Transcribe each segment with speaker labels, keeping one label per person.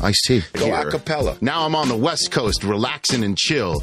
Speaker 1: I see.
Speaker 2: Go a cappella.
Speaker 1: Now I'm on the West Coast, relaxing and chill,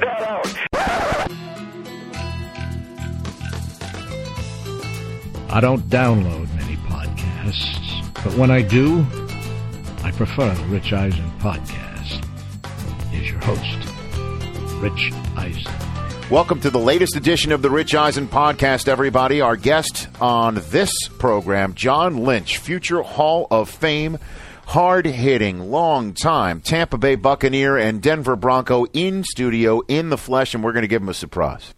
Speaker 3: that out.
Speaker 4: I don't download many podcasts, but when I do, I prefer the Rich Eisen podcast. Here's your host, Rich Eisen.
Speaker 5: Welcome to the latest edition of the Rich Eisen podcast, everybody. Our guest on this program, John Lynch, future Hall of Fame, hard hitting, long time Tampa Bay Buccaneer and Denver Bronco in studio, in the flesh, and we're going to give him a surprise.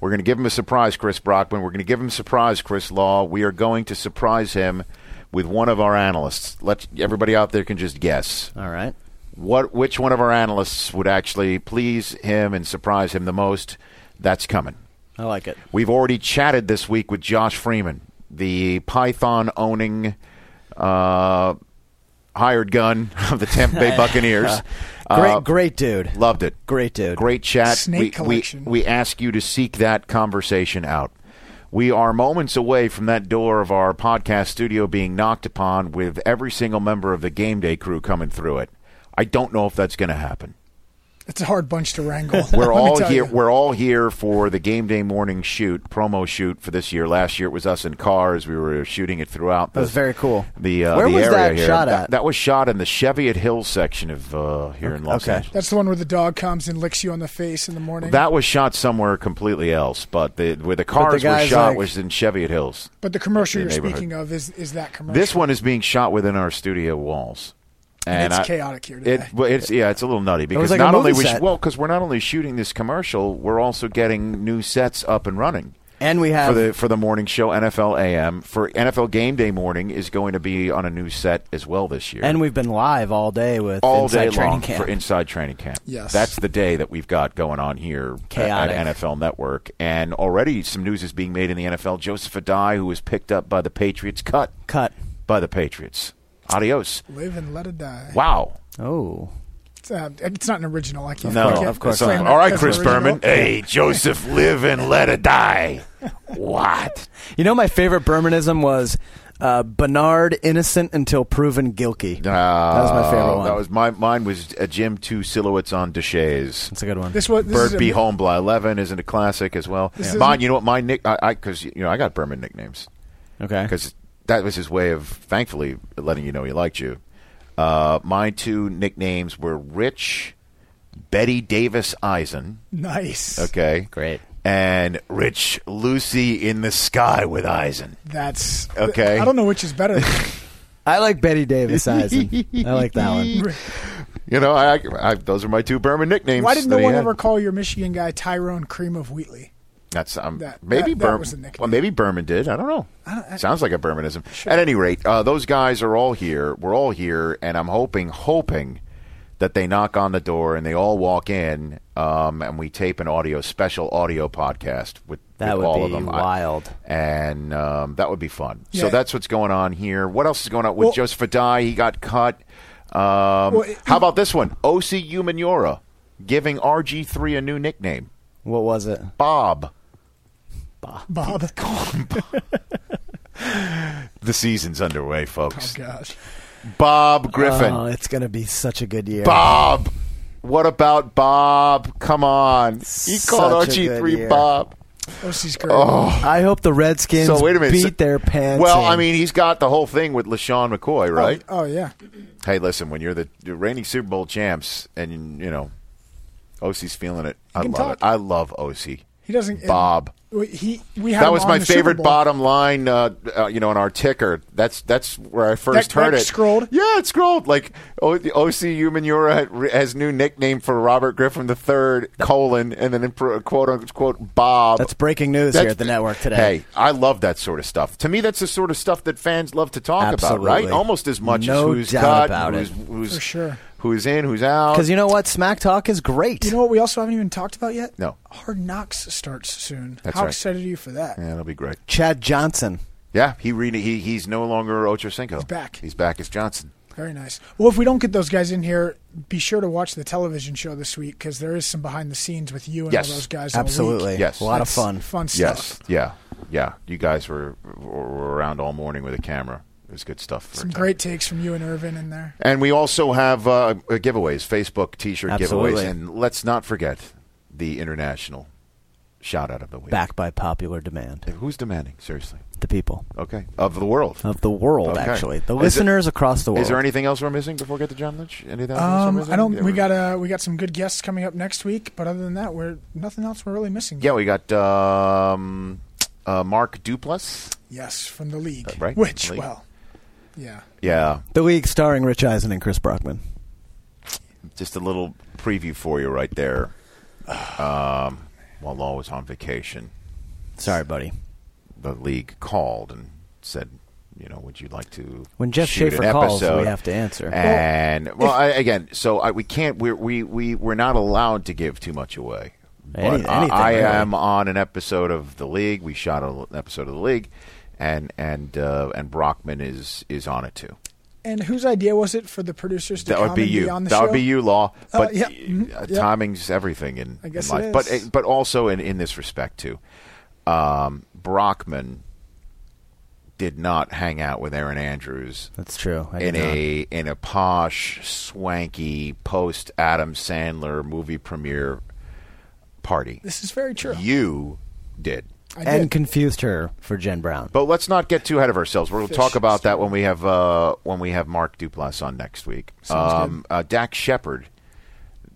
Speaker 5: We're going to give him a surprise, Chris Brockman. We're going to give him a surprise, Chris Law. We are going to surprise him with one of our analysts. Let everybody out there can just guess
Speaker 6: All right.
Speaker 5: what which one of our analysts would actually please him and surprise him the most that's coming
Speaker 6: I like it.
Speaker 5: we've already chatted this week with josh freeman the python owning uh, hired gun of the tampa bay buccaneers
Speaker 6: Great,
Speaker 5: Uh,
Speaker 6: great dude.
Speaker 5: loved it
Speaker 6: Great dude.
Speaker 5: Great chat.
Speaker 7: Snake
Speaker 5: We- we,
Speaker 7: collection.
Speaker 5: We, ask you to seek that conversation out. We are moments away from that door of our podcast studio being knocked upon with every single member of the game day crew coming through it. I don't know if that's going to happen.
Speaker 7: It's a hard bunch to wrangle. Let
Speaker 5: We're
Speaker 7: me
Speaker 5: all
Speaker 7: tell
Speaker 5: here.
Speaker 7: you.
Speaker 5: We're all here for the game day morning shoot promo shoot for this year. Last year it was us in cars. We were shooting it throughout.
Speaker 6: That was
Speaker 5: the-
Speaker 6: very cool.
Speaker 5: The uh,
Speaker 6: Where
Speaker 5: the
Speaker 6: was
Speaker 5: area
Speaker 6: that
Speaker 5: here.
Speaker 6: shot
Speaker 5: That-
Speaker 6: at?
Speaker 5: That, was shot in the Cheviot Hills section of uh, here in Los
Speaker 6: Okay.
Speaker 5: Angeles.
Speaker 7: That's the one where the dog comes and licks you on the face in the morning.
Speaker 5: That was shot somewhere completely else, but the where the cars were
Speaker 6: guy's
Speaker 5: shot
Speaker 6: like-
Speaker 5: was in Cheviot Hills.
Speaker 7: but the commercial
Speaker 5: the
Speaker 7: you're
Speaker 5: neighborhood.
Speaker 7: speaking of is is that commercial.
Speaker 5: This one is being shot within our studio walls, and
Speaker 7: it's
Speaker 5: I-
Speaker 7: chaotic here today.
Speaker 5: It, well, it's yeah, it's a little nutty because
Speaker 6: like a
Speaker 5: not
Speaker 6: movie
Speaker 5: only we sh-
Speaker 6: set.
Speaker 5: well because we're not only shooting this commercial, we're also getting new sets up and running.
Speaker 6: And we
Speaker 5: for
Speaker 6: have
Speaker 5: the for the morning show NFL AM for NFL Game Day morning is going to be on a new set as well this year.
Speaker 6: and we've been live all day with
Speaker 5: all
Speaker 6: inside
Speaker 5: day
Speaker 6: training
Speaker 5: long
Speaker 6: camp.
Speaker 5: for inside training camp.
Speaker 7: Yes.
Speaker 5: that's the day that we've got going on here at-
Speaker 6: Chaotic.
Speaker 5: at NFL Network, and already some news is being made in the NFL. Joseph Adai, who was picked up by the Patriots, cut
Speaker 6: Cut.
Speaker 5: by the Patriots. Adios.
Speaker 7: Live and let it die.
Speaker 5: Wow.
Speaker 6: Oh,
Speaker 7: It's, uh, it's not an original. I can't.
Speaker 5: No,
Speaker 7: I can't
Speaker 6: of course
Speaker 7: claim
Speaker 6: not.
Speaker 7: that
Speaker 5: All right,
Speaker 7: as
Speaker 5: Chris
Speaker 7: original.
Speaker 5: Berman. Hey, Joseph, live and let it die. What?
Speaker 6: you know my favorite Bermanism was uh, Bernard innocent until proven guilty. that was my favorite
Speaker 5: Oh,
Speaker 6: one.
Speaker 5: That was my mine was a Jim two silhouettes on Deshays.
Speaker 6: That's a good one.
Speaker 7: This was this is
Speaker 5: Bird
Speaker 7: a-
Speaker 5: Be Home by Eleven isn't a classic as well.
Speaker 7: This
Speaker 5: Mine,
Speaker 7: isn't-
Speaker 5: you know what? My nick, I because you know I got Berman nicknames
Speaker 6: okay.
Speaker 5: because that was his way of thankfully letting you know he liked you. Uh, my two nicknames were Rich, Betty Davis Eisen.
Speaker 7: nice.
Speaker 5: Okay,
Speaker 6: Great.
Speaker 5: and Rich Lucy in the sky with Eisen.
Speaker 7: That's
Speaker 5: Okay.
Speaker 7: I don't know which is better.
Speaker 6: I like Betty Davis Eisen. I like that one.
Speaker 5: You know, I, I those are my two Berman nicknames.
Speaker 7: Why did
Speaker 5: that
Speaker 7: no
Speaker 5: he
Speaker 7: one
Speaker 5: had.
Speaker 7: ever call your Michigan guy Tyrone Cream of Wheatley?
Speaker 5: That's um,
Speaker 7: That-
Speaker 5: maybe
Speaker 7: that- that
Speaker 5: Berm-
Speaker 7: was the nickname.
Speaker 5: Well, maybe Berman did. I don't know. Sounds like a Bermanism. At any rate, uh, those guys are all here. We're all here, and I'm hoping, hoping that they knock on the door and they all walk in, um, and we tape an audio special audio podcast with,
Speaker 6: That
Speaker 5: with
Speaker 6: would
Speaker 5: all of
Speaker 6: be
Speaker 5: them. I-
Speaker 6: wild.
Speaker 5: and um, that would be fun. So
Speaker 7: Yeah.
Speaker 5: that's what's going on here. What else is going on with
Speaker 7: Well-
Speaker 5: Joseph Adai? He got cut. Um,
Speaker 7: Well, it-
Speaker 5: how about this one? OC Umanura giving RG3 a new nickname.
Speaker 6: What was it?
Speaker 5: Bob.
Speaker 7: Bob. Oh
Speaker 5: The season's underway, folks.
Speaker 7: gosh.
Speaker 5: Bob Griffin.
Speaker 6: Oh, it's gonna be such a good year.
Speaker 5: Bob. What about Bob? Come on. He called
Speaker 6: Such a good
Speaker 5: RG3
Speaker 6: year.
Speaker 5: Bob.
Speaker 7: OC's great. Oh,
Speaker 6: I hope the Redskins
Speaker 5: So wait a minute. So-
Speaker 6: beat their pants.
Speaker 5: Well,
Speaker 6: in.
Speaker 5: I mean, he's got the whole thing with LaShawn McCoy, right?
Speaker 7: Oh yeah.
Speaker 5: Hey, listen, when you're the the reigning Super Bowl champs and, you know, OC's feeling it, I
Speaker 7: can
Speaker 5: love
Speaker 7: talk.
Speaker 5: it. I love OC.
Speaker 7: He doesn't.
Speaker 5: Bob.
Speaker 7: We- He, we had
Speaker 8: That
Speaker 7: him
Speaker 8: was
Speaker 7: on
Speaker 8: my
Speaker 7: the Super
Speaker 8: favorite
Speaker 7: Bowl.
Speaker 8: bottom line, uh, uh, you know, in our ticker. That's that's where I first
Speaker 7: that
Speaker 8: heard it.
Speaker 7: scrolled?
Speaker 8: yeah, it scrolled. Like o- the OCU Manura has new nickname for Robert Griffin III colon and then in pro- quote unquote Bob.
Speaker 6: That's breaking news
Speaker 8: That's-
Speaker 6: here at the network today.
Speaker 8: Hey, I love that sort of stuff. To me, that's the sort of stuff that fans love to talk
Speaker 6: Absolutely.
Speaker 8: about, right? Almost as much
Speaker 6: No
Speaker 8: as who's
Speaker 6: doubt
Speaker 8: cut,
Speaker 6: about
Speaker 8: who's,
Speaker 6: it.
Speaker 8: who's
Speaker 7: For sure.
Speaker 8: who's in, who's out.
Speaker 6: Because you know
Speaker 5: uh,
Speaker 6: what? Smack talk is great.
Speaker 7: You know what we also haven't even talked about yet?
Speaker 8: No.
Speaker 7: Hard Knocks starts soon.
Speaker 8: That's
Speaker 7: How
Speaker 8: right.
Speaker 7: excited are you for that?
Speaker 8: yeah, that'll be great.
Speaker 6: Chad Johnson.
Speaker 8: Yeah, he re- he he's no longer Ocho Cinco. He's
Speaker 7: back.
Speaker 8: He's back as Johnson.
Speaker 7: Very nice. Well, if we don't get those guys in here, be sure to watch the television show this week because there is some behind the scenes with you and
Speaker 8: Yes.
Speaker 7: all those guys. all week.
Speaker 6: Absolutely.
Speaker 8: Yes.
Speaker 6: A lot
Speaker 7: That's
Speaker 6: of fun.
Speaker 7: Fun stuff.
Speaker 8: Yes. Yeah. Yeah. You guys were, were around all morning with a camera. It was good stuff. For
Speaker 7: Some
Speaker 8: a time.
Speaker 7: great takes from you and Irvin in there.
Speaker 8: And we also have uh, giveaways, Facebook T-shirt
Speaker 6: Absolutely.
Speaker 8: giveaways, and let's not forget the international shout out of the week.
Speaker 6: Backed by popular demand.
Speaker 8: Who's demanding? Seriously.
Speaker 6: The people
Speaker 8: Okay. Of the world.
Speaker 6: of the world,
Speaker 8: Okay.
Speaker 6: actually. The
Speaker 8: Is it-
Speaker 6: listeners across the world.
Speaker 8: Is there anything else we're missing before we get to John Lynch? Anything else we're
Speaker 7: Um,
Speaker 8: missing?
Speaker 7: I don't.
Speaker 8: Yeah,
Speaker 7: We
Speaker 8: we're-
Speaker 7: got uh, we got some good guests coming up next week, but other than that, we're nothing else. We're really missing.
Speaker 8: Yeah, we got um, uh, Mark Duplass.
Speaker 7: Yes, from the league.
Speaker 8: right,
Speaker 7: Which,
Speaker 8: league.
Speaker 7: well, yeah.
Speaker 8: Yeah,
Speaker 6: the league starring Rich Eisen and Chris Brockman.
Speaker 8: just a little preview for you right there. Um, while Law was on vacation,
Speaker 6: Sorry, buddy.
Speaker 8: the league called and said, you know, would you like to
Speaker 6: When Jeff
Speaker 8: shoot
Speaker 6: Schaefer
Speaker 8: an
Speaker 6: calls, we
Speaker 8: episode?
Speaker 6: have to answer.
Speaker 8: And well, I, again, so I, we can't. We're, we we we're not allowed to give too much away.
Speaker 6: Any-
Speaker 8: But I-
Speaker 6: anything,
Speaker 8: I,
Speaker 6: really.
Speaker 8: am on an episode of the league. We shot a- an episode of the league, and and uh, and Brockman is is on it too.
Speaker 7: And whose idea was it for the producers to
Speaker 8: That
Speaker 7: come
Speaker 8: would be
Speaker 7: and
Speaker 8: you.
Speaker 7: be on the
Speaker 8: that
Speaker 7: show?
Speaker 8: would be you, Law.
Speaker 7: Uh,
Speaker 8: But
Speaker 7: yeah.
Speaker 8: uh,
Speaker 7: Mhm.
Speaker 8: uh,
Speaker 7: Yeah.
Speaker 8: timing's everything in,
Speaker 7: I guess
Speaker 8: in life.
Speaker 7: it
Speaker 8: But
Speaker 7: is.
Speaker 8: uh, but also in in this respect too, um, Brockman did not hang out with Aaron Andrews
Speaker 6: That's true. I
Speaker 8: in
Speaker 6: did not.
Speaker 8: a in a posh, swanky post Adam Sandler movie premiere party.
Speaker 7: This is very true.
Speaker 8: You did.
Speaker 7: I did.
Speaker 6: and confused her for Jen Brown.
Speaker 8: But let's not get too ahead of ourselves. We'll
Speaker 7: Fish
Speaker 8: talk about
Speaker 7: story.
Speaker 8: that when we have uh, when we have Mark Duplass on next week.
Speaker 7: Sounds good.
Speaker 8: uh, Dak Shepard,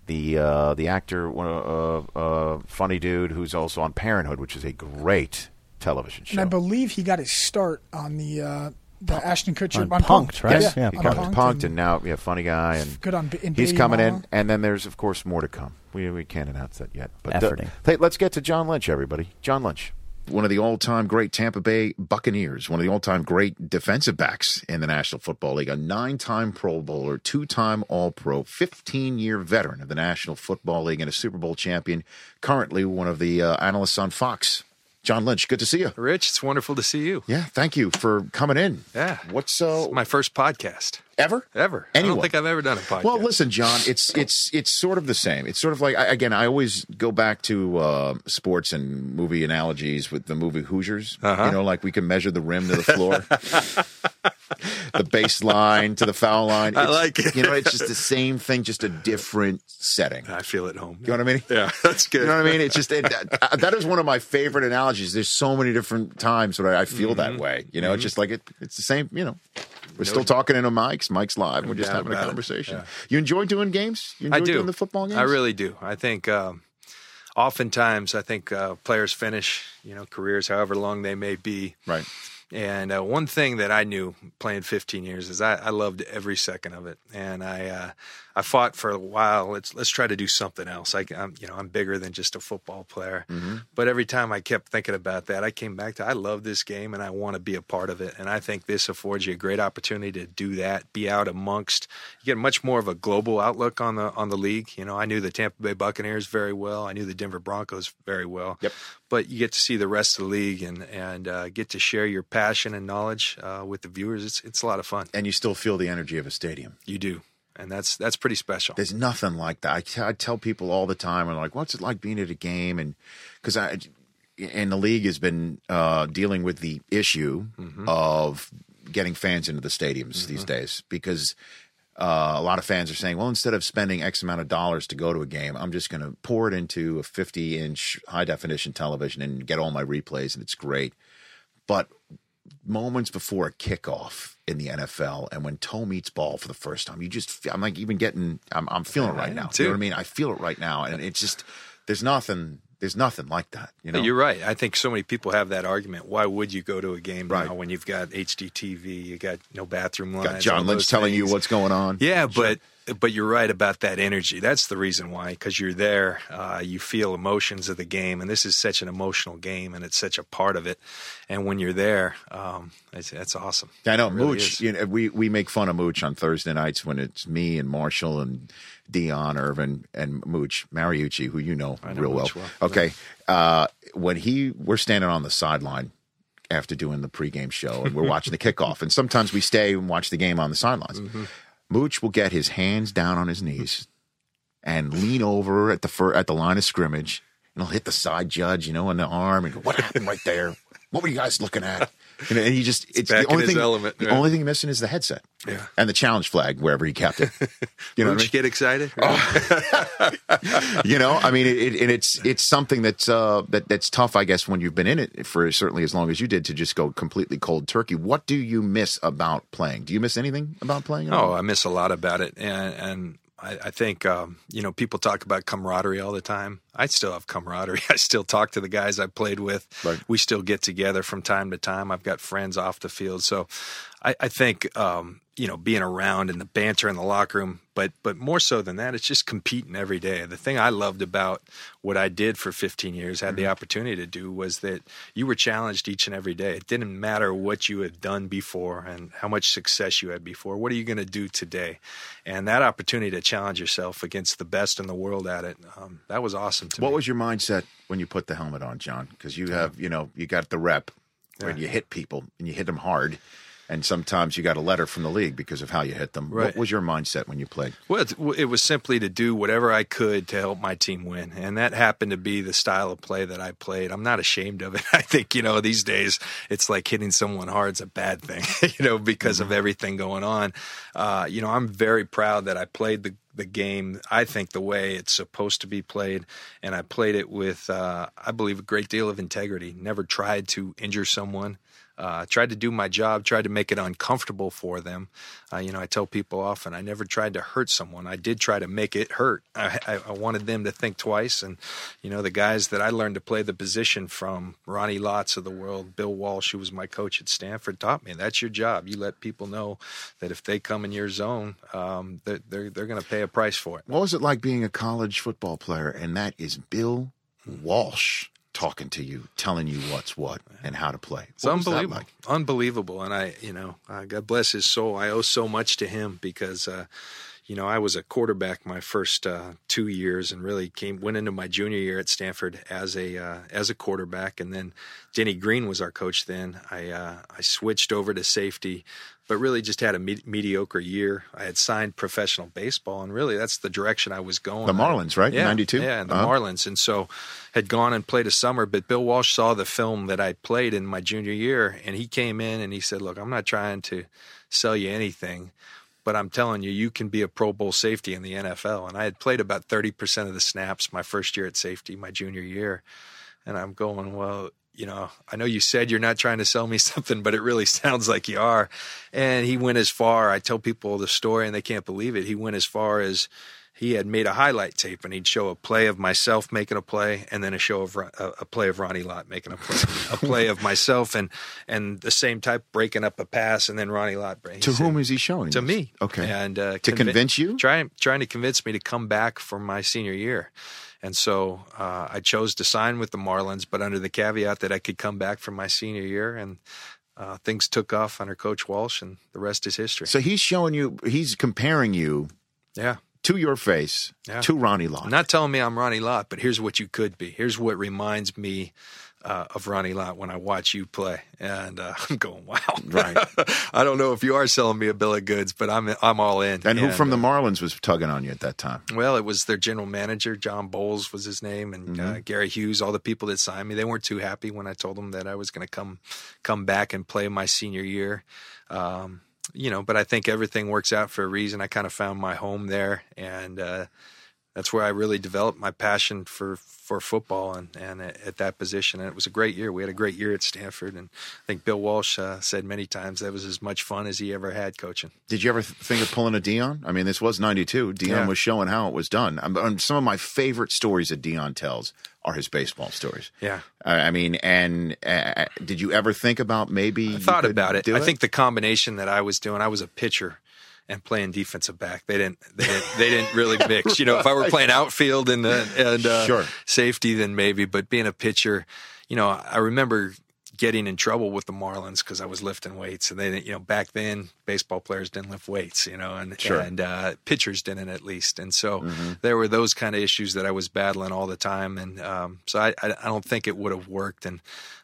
Speaker 8: the uh, the actor, one of, uh, uh, funny dude who's also on Parenthood, which is a great television show.
Speaker 7: And I believe he got his start on the uh, the Ashton Kutcher
Speaker 6: on
Speaker 7: on
Speaker 6: Punk'd, right?
Speaker 8: Yes,
Speaker 6: Yeah,
Speaker 8: he
Speaker 7: on
Speaker 8: got
Speaker 7: Punk'd
Speaker 8: punked, and, now yeah, funny guy, and
Speaker 7: Good on B- and
Speaker 8: he's
Speaker 7: Baby
Speaker 8: coming in.
Speaker 7: Mama.
Speaker 8: And then there's of course more to come. We we can't announce that yet. But uh,
Speaker 6: Efforting.
Speaker 8: hey, let's get to John Lynch, everybody. John Lynch.
Speaker 5: one of the all-time great Tampa Bay Buccaneers, one of the all-time great defensive backs in the National Football League, a nine-time Pro Bowler, two-time All-Pro, 15-year veteran of the National Football League, and a Super Bowl champion. Currently, one of the uh, analysts on Fox. John Lynch, good to see you.
Speaker 2: Rich, it's wonderful to see you.
Speaker 5: Yeah, thank you for coming in.
Speaker 2: Yeah.
Speaker 5: what's uh,
Speaker 2: My first podcast
Speaker 5: ever
Speaker 2: ever.
Speaker 5: Anyone?
Speaker 2: I don't think I've ever done a podcast.
Speaker 5: Well, listen, John, it's it's it's sort of the same. It's sort of like I, again, I always go back to uh, sports and movie analogies with the movie Hoosiers.
Speaker 2: Uh-huh.
Speaker 5: You know, like we can measure the rim to the floor, the baseline to the foul line.
Speaker 2: I
Speaker 5: It's-
Speaker 2: like it.
Speaker 5: You know, it's just the same thing, just a different setting.
Speaker 2: I feel at home.
Speaker 5: You know what I mean?
Speaker 2: Uh, Yeah, that's good.
Speaker 5: You know what I mean? It's just it, that, uh, that is one of my favorite analogies. There's so many different times where I feel that way. You know, it's just like it. It's the same. You know, we're still talking into mics. Mike's live. We're just
Speaker 2: doubt
Speaker 5: having a
Speaker 2: about it.
Speaker 5: conversation.
Speaker 2: Yeah.
Speaker 5: You enjoy doing games? You enjoy
Speaker 2: I do.
Speaker 5: doing the football games?
Speaker 2: I really do. I think um, oftentimes I think uh, players finish, you know, careers however long they may be.
Speaker 5: Right.
Speaker 2: And uh, one thing that I knew playing 15 years is I, I loved every second of it, and I uh, I fought for a while. Let's let's try to do something else. I, am you know I'm bigger than just a football player,
Speaker 5: Mm-hmm.
Speaker 2: but every time I kept thinking about that, I came back to I love this game and I want to be a part of it. And I think this affords you a great opportunity to do that. Be out amongst you get much more of a global outlook on the on the league. You know I knew the Tampa Bay Buccaneers very well. I knew the Denver Broncos very well.
Speaker 5: Yep.
Speaker 2: But you get to see the rest of the league and and uh, get to share your passion and knowledge uh, with the viewers. It's it's a lot of fun.
Speaker 5: And you still feel the energy of a stadium.
Speaker 2: You do, and that's that's pretty special.
Speaker 5: There's nothing like that. I, t- I tell people all the time, and like, what's it like being at a game? And because I and the league has been uh, dealing with the issue of getting fans into the stadiums these days because uh, a lot of fans are saying, well, instead of spending X amount of dollars to go to a game, I'm just going to pour it into a 50 inch high definition television and get all my replays, and it's great. But moments before a kickoff in the NFL, and when toe meets ball for the first time, you just I'm like even getting I'm, I'm feeling it right now. You know
Speaker 2: too.
Speaker 5: what I mean? I feel it right now, and it's just there's nothing. There's nothing like that. You know,
Speaker 2: But You're right. I think so many people have that argument. Why would you go to a game
Speaker 5: Right.
Speaker 2: now when you've got HDTV, you got no bathroom lines?
Speaker 5: got John
Speaker 2: all
Speaker 5: Lynch
Speaker 2: those
Speaker 5: telling you
Speaker 2: things.
Speaker 5: what's going on.
Speaker 2: Yeah, but but you're right about that energy. That's the reason why, because you're there, uh, you feel emotions of the game, and this is such an emotional game, and it's such a part of it. And when you're there, um, it's, that's awesome.
Speaker 5: I know
Speaker 2: It really
Speaker 5: Mooch.
Speaker 2: is.
Speaker 5: You know, we we make fun of Mooch on Thursday nights when it's me and Marshall and Dion Irvin and Mooch Mariucci, who you know,
Speaker 2: know
Speaker 5: real well.
Speaker 2: Mooch well.
Speaker 5: Okay, uh, when he we're standing on the sideline after doing the pregame show and we're watching the kickoff, and sometimes we stay and watch the game on the sidelines.
Speaker 2: Mm-hmm.
Speaker 5: Mooch will get his hands down on his knees and lean over at the fir- at the line of scrimmage, and he'll hit the side judge, you know, in the arm, and go, "What happened right there? What were you guys looking at?" And, and he just it's,
Speaker 2: back
Speaker 5: the
Speaker 2: in
Speaker 5: only
Speaker 2: his
Speaker 5: thing
Speaker 2: element,
Speaker 5: the
Speaker 2: yeah.
Speaker 5: only thing missing is the headset,
Speaker 2: Yeah.
Speaker 5: and the challenge flag wherever he kept it. You know, what
Speaker 2: Mooch
Speaker 5: I mean?
Speaker 2: get excited?
Speaker 5: you know, I mean, it, it, and it's it's something that's uh, that that's tough, I guess, when you've been in it for certainly as long as you did to just go completely cold turkey. What do you miss about playing? Do you miss anything about playing? at all?
Speaker 2: Oh, I miss a lot about it, and and I, I think um, you know people talk about camaraderie all the time. I still have camaraderie. I still talk to the guys I played with.
Speaker 5: Right.
Speaker 2: We still get together from time to time. I've got friends off the field, so I, I think um, you know being around and the banter in the locker room. But but more so than that, it's just competing every day. The thing I loved about what I did for 15 years, had the opportunity to do, was that you were challenged each and every day. It didn't matter what you had done before and how much success you had before. What are you going to do today? And that opportunity to challenge yourself against the best in the world at it, um, that was awesome to
Speaker 5: What
Speaker 2: me.
Speaker 5: was your mindset when you put the helmet on, John? Because you have, you know, you got the rep when you hit people and you hit them hard, and sometimes you got a letter from the league because of how you hit them. What
Speaker 2: Right.
Speaker 5: was your mindset when you played?
Speaker 2: Well, it, it was simply to do whatever I could to help my team win, and that happened to be the style of play that I played. I'm not ashamed of it. I think you know these days it's like hitting someone hard's a bad thing, you know, because of everything going on. Uh, you know, I'm very proud that I played the the game. I think the way it's supposed to be played, and I played it with, uh, I believe, a great deal of integrity. Never tried to injure someone. Uh, tried to do my job, tried to make it uncomfortable for them. Uh, you know, I tell people often I never tried to hurt someone. I did try to make it hurt. I, I, I wanted them to think twice. And, you know, the guys that I learned to play the position from, Ronnie Lotz of the world, Bill Walsh, who was my coach at Stanford, taught me that's your job. You let people know that if they come in your zone, um, they're, they're, they're going to pay a price for it.
Speaker 5: What was it like being a college football player? And that is Bill Walsh talking to you, telling you what's what and how to play.
Speaker 2: It's
Speaker 5: What was that
Speaker 2: unbelievable,
Speaker 5: like?
Speaker 2: unbelievable. And I, you know, uh, God bless his soul. I owe so much to him because, uh, you know, I was a quarterback my first uh, two years, and really came went into my junior year at Stanford as a uh, as a quarterback. And then Denny Green was our coach. Then I uh, I switched over to safety, but really just had a me- mediocre year. I had signed professional baseball, and really that's the direction I was going.
Speaker 5: The Marlins, right?
Speaker 2: Yeah,
Speaker 5: 92?
Speaker 2: Yeah, the
Speaker 5: Uh-huh.
Speaker 2: Marlins, and so had gone and played a summer. But Bill Walsh saw the film that I played in my junior year, and he came in and he said, "Look, I'm not trying to sell you anything." But I'm telling you, you can be a Pro Bowl safety in the NFL. And I had played about 30% of the snaps my first year at safety, my junior year. And I'm going, well, you know, I know you said you're not trying to sell me something, but it really sounds like you are. And he went as far, I tell people the story and they can't believe it. He went as far as he had made a highlight tape and he'd show a play of myself making a play and then a show of Ron- a, a play of Ronnie Lott making a play, a play of myself and, and the same type breaking up a pass and then Ronnie Lott. he
Speaker 5: To
Speaker 2: said-
Speaker 5: whom is he showing?
Speaker 2: to
Speaker 5: this?
Speaker 2: me.
Speaker 5: Okay.
Speaker 2: and uh,
Speaker 5: To convince you?
Speaker 2: trying trying to convince me to come back for my senior year, and so uh, I chose to sign with the Marlins, but under the caveat that I could come back for my senior year, and uh, things took off under Coach Walsh, and the rest is history.
Speaker 5: so he's showing you, he's comparing you
Speaker 2: yeah.
Speaker 5: to your face
Speaker 2: Yeah.
Speaker 5: to Ronnie Lott.
Speaker 2: Not telling me I'm Ronnie Lott, but here's what you could be. Here's what reminds me uh, of Ronnie Lott when I watch you play, and uh, I'm going, "Wow!"
Speaker 5: Right.
Speaker 2: I don't know if you are selling me a bill of goods, but I'm I'm all in.
Speaker 5: and who from
Speaker 2: uh,
Speaker 5: the Marlins was tugging on you at that time?
Speaker 2: Well, it was their general manager, John Bowles was his name, and uh, Gary Hughes. All the people that signed me, they weren't too happy when I told them that I was going to come come back and play my senior year. Um, you know, but I think everything works out for a reason. I kind of found my home there, and uh, that's where I really developed my passion for for football and and at, at that position. And it was a great year. We had a great year at Stanford, and I think Bill Walsh uh, said many times that was as much fun as he ever had coaching.
Speaker 5: Did you ever th- think of pulling a Dion? I mean, this was '92. Dion
Speaker 2: Yeah.
Speaker 5: was showing how it was done. Um, um, some of my favorite stories that Dion tells are his baseball stories.
Speaker 2: Yeah.
Speaker 5: I I mean, and uh, did you ever think about maybe?
Speaker 2: I
Speaker 5: you
Speaker 2: thought
Speaker 5: could
Speaker 2: about it.
Speaker 5: do
Speaker 2: I think the combination that I was doing, I was a pitcher and playing defensive back. They didn't. They didn't, they didn't really mix. You know, if I were playing outfield and uh, and uh,
Speaker 5: Sure.
Speaker 2: safety, then maybe. But being a pitcher, you know, I remember getting in trouble with the Marlins because I was lifting weights, and they, didn't- you know, back then baseball players didn't lift weights, you know, and and uh, pitchers didn't at least, and so there were those kind of issues that I was battling all the time, and um, so I, I I don't think it would have worked, and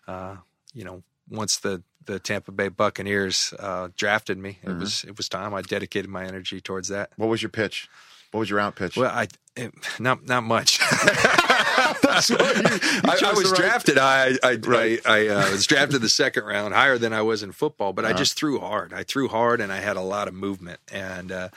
Speaker 2: uh, you know, once the the Tampa Bay Buccaneers uh, drafted me, it was it was time. I dedicated my energy towards that.
Speaker 5: What was your pitch? What was your out pitch?
Speaker 2: Well, I it, not not much. I, I was drafted. I I, I, I uh, was drafted the second round, higher than I was in football. But I just threw hard. I threw hard, and I had a lot of movement. And uh,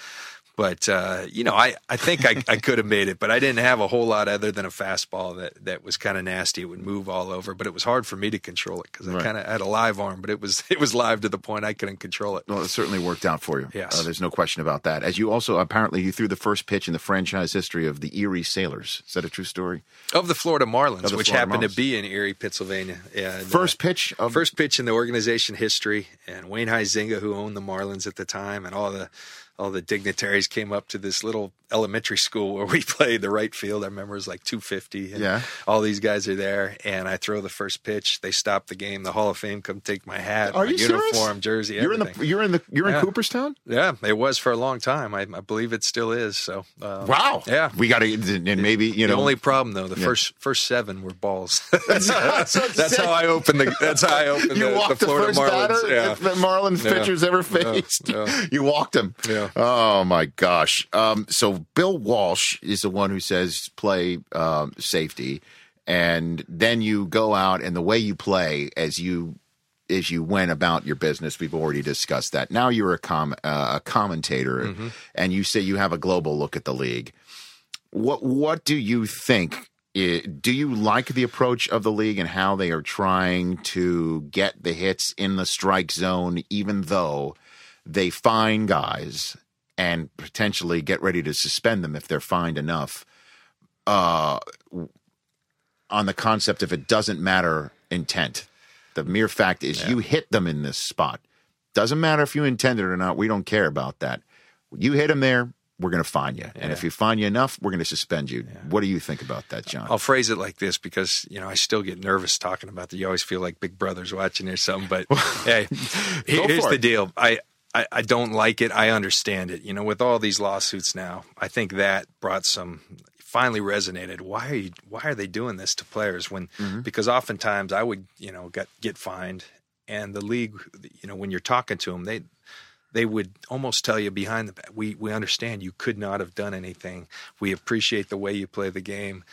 Speaker 2: but uh, you know, I, I think I, I could have made it, but I didn't have a whole lot other than a fastball that that was kind of nasty. It would move all over, but it was hard for me to control it because I kind of had a live arm, but it was it was live to the point I couldn't control it.
Speaker 5: Well, it certainly worked out for you.
Speaker 2: Yes.
Speaker 5: Uh, there's no question about that. As you also apparently you threw the first pitch in the franchise history of the Erie Sailors. Is that a true story?
Speaker 2: Of the Florida Marlins,
Speaker 5: Of the
Speaker 2: which
Speaker 5: Florida
Speaker 2: happened
Speaker 5: Marlins.
Speaker 2: to be in Erie, Pennsylvania. And, uh,
Speaker 5: First pitch of
Speaker 2: first pitch in the organization history, and Wayne Huizinga, who owned the Marlins at the time, and all the all the dignitaries came up to this little elementary school where we played the right field. I remember it was like 250. And
Speaker 5: Yeah.
Speaker 2: All these guys are there, and I throw the first pitch. They stop the game. The Hall of Fame come take my hat,
Speaker 5: Are
Speaker 2: my
Speaker 5: you serious?
Speaker 2: uniform, jersey,
Speaker 5: You're in
Speaker 2: everything.
Speaker 5: the you're in the you're in
Speaker 2: Yeah.
Speaker 5: Cooperstown.
Speaker 2: yeah, it was for a long time. I, I believe it still is. So um,
Speaker 5: Wow.
Speaker 2: Yeah.
Speaker 5: We got to and maybe you
Speaker 2: the
Speaker 5: know
Speaker 2: only problem though, the
Speaker 5: Yeah.
Speaker 2: first first seven were balls. that's how, that's how I opened the. That's how I opened
Speaker 5: you
Speaker 2: the,
Speaker 5: walked
Speaker 2: the
Speaker 5: the,
Speaker 2: Florida
Speaker 5: first
Speaker 2: Marlins.
Speaker 5: batter
Speaker 2: Yeah.
Speaker 5: that the Marlins
Speaker 2: Yeah.
Speaker 5: pitchers ever
Speaker 2: Yeah.
Speaker 5: faced.
Speaker 2: Yeah.
Speaker 5: you walked him.
Speaker 2: Yeah.
Speaker 5: Oh my gosh. Um, so Bill Walsh is the one who says play um, safety, and then you go out and the way you play as you as you went about your business. We've already discussed that. Now you're a com uh, a commentator,
Speaker 2: Mm-hmm.
Speaker 5: and you say you have a global look at the league what what do you think i- do you like the approach of the league and how they are trying to get the hits in the strike zone even though they fine guys and potentially get ready to suspend them if they're fined enough uh w- on the concept of it doesn't matter intent the mere fact is you hit them in this spot doesn't matter if you intended it or not we don't care about that you hit them there, we're going to fine you. And if we fine you enough, we're going to suspend you. What do you think about that, John?
Speaker 2: I'll phrase it like this because you know I still get nervous talking about that. You always feel like Big Brother's watching or something. But hey, he-
Speaker 5: Go
Speaker 2: here's
Speaker 5: for
Speaker 2: the
Speaker 5: it.
Speaker 2: deal. I, I I don't like it. I understand it. You know, with all these lawsuits now, I think that brought some finally resonated. Why are you? Why are they doing this to players? When because oftentimes I would you know get get fined, and the league, you know, when you're talking to them, they they would almost tell you behind the back, we, we understand you could not have done anything. We appreciate the way you play the game,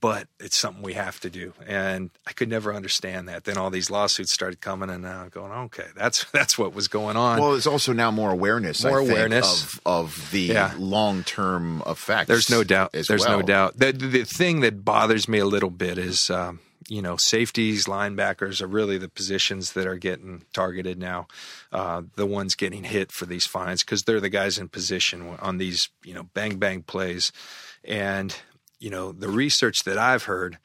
Speaker 2: but it's something we have to do. And I could never understand that. Then all these lawsuits started coming and I'm going, okay, that's, that's what was going on.
Speaker 5: well, there's also now more awareness, I
Speaker 2: More
Speaker 5: think,
Speaker 2: awareness.
Speaker 5: of, of the
Speaker 2: Yeah.
Speaker 5: long term effects.
Speaker 2: There's no doubt.
Speaker 5: as
Speaker 2: There's no
Speaker 5: well.
Speaker 2: doubt. The, the thing that bothers me a little bit is, um, you know, safeties, linebackers are really the positions that are getting targeted now. Uh, the ones getting hit for these fines because they're the guys in position on these, you know, bang bang plays. And, you know, the research that I've heard,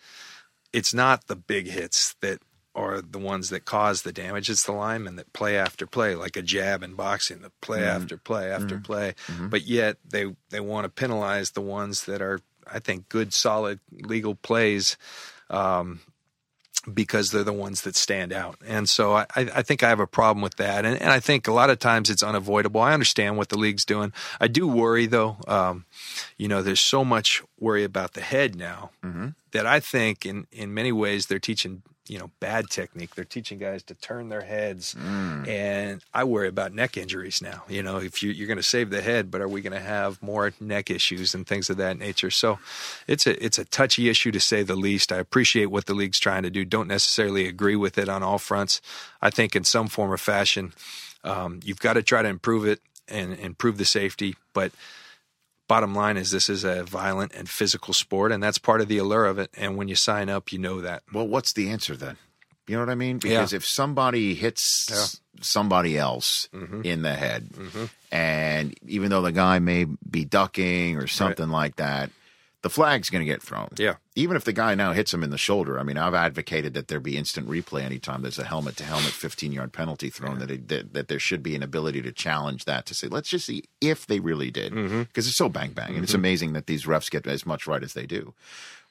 Speaker 2: it's not the big hits that are the ones that cause the damage. It's the linemen that play after play, like a jab in boxing, the play after play after play. But yet they they want to penalize the ones that are, I think, good, solid legal plays. Um, because they're the ones that stand out. And so I, I I think I have a problem with that. And, and I think a lot of times it's unavoidable. I understand what the league's doing. I do worry, though. Um, you know, there's so much worry about the head now that I think in, in many ways they're teaching, you know, bad technique. They're teaching guys to turn their heads. And I worry about neck injuries now. You know, if you, you're going to save the head, but are we going to have more neck issues and things of that nature? So it's a, it's a touchy issue to say the least. I appreciate what the league's trying to do. Don't necessarily agree with it on all fronts. I think in some form or fashion, um, you've got to try to improve it and improve the safety, but bottom line is this is a violent and physical sport, and that's part of the allure of it. And when you sign up, you know that.
Speaker 5: Well, what's the answer then? You know what I mean? Because if somebody hits somebody else in the head, and even though the guy may be ducking or something like that, the flag's going to get thrown.
Speaker 2: Yeah.
Speaker 5: Even if the guy now hits him in the shoulder, I mean, I've advocated that there be instant replay anytime there's a helmet to helmet 15 yard penalty thrown, that, it, that that there should be an ability to challenge that to say, let's just see if they really did. Because it's so bang bang. And it's amazing that these refs get as much right as they do.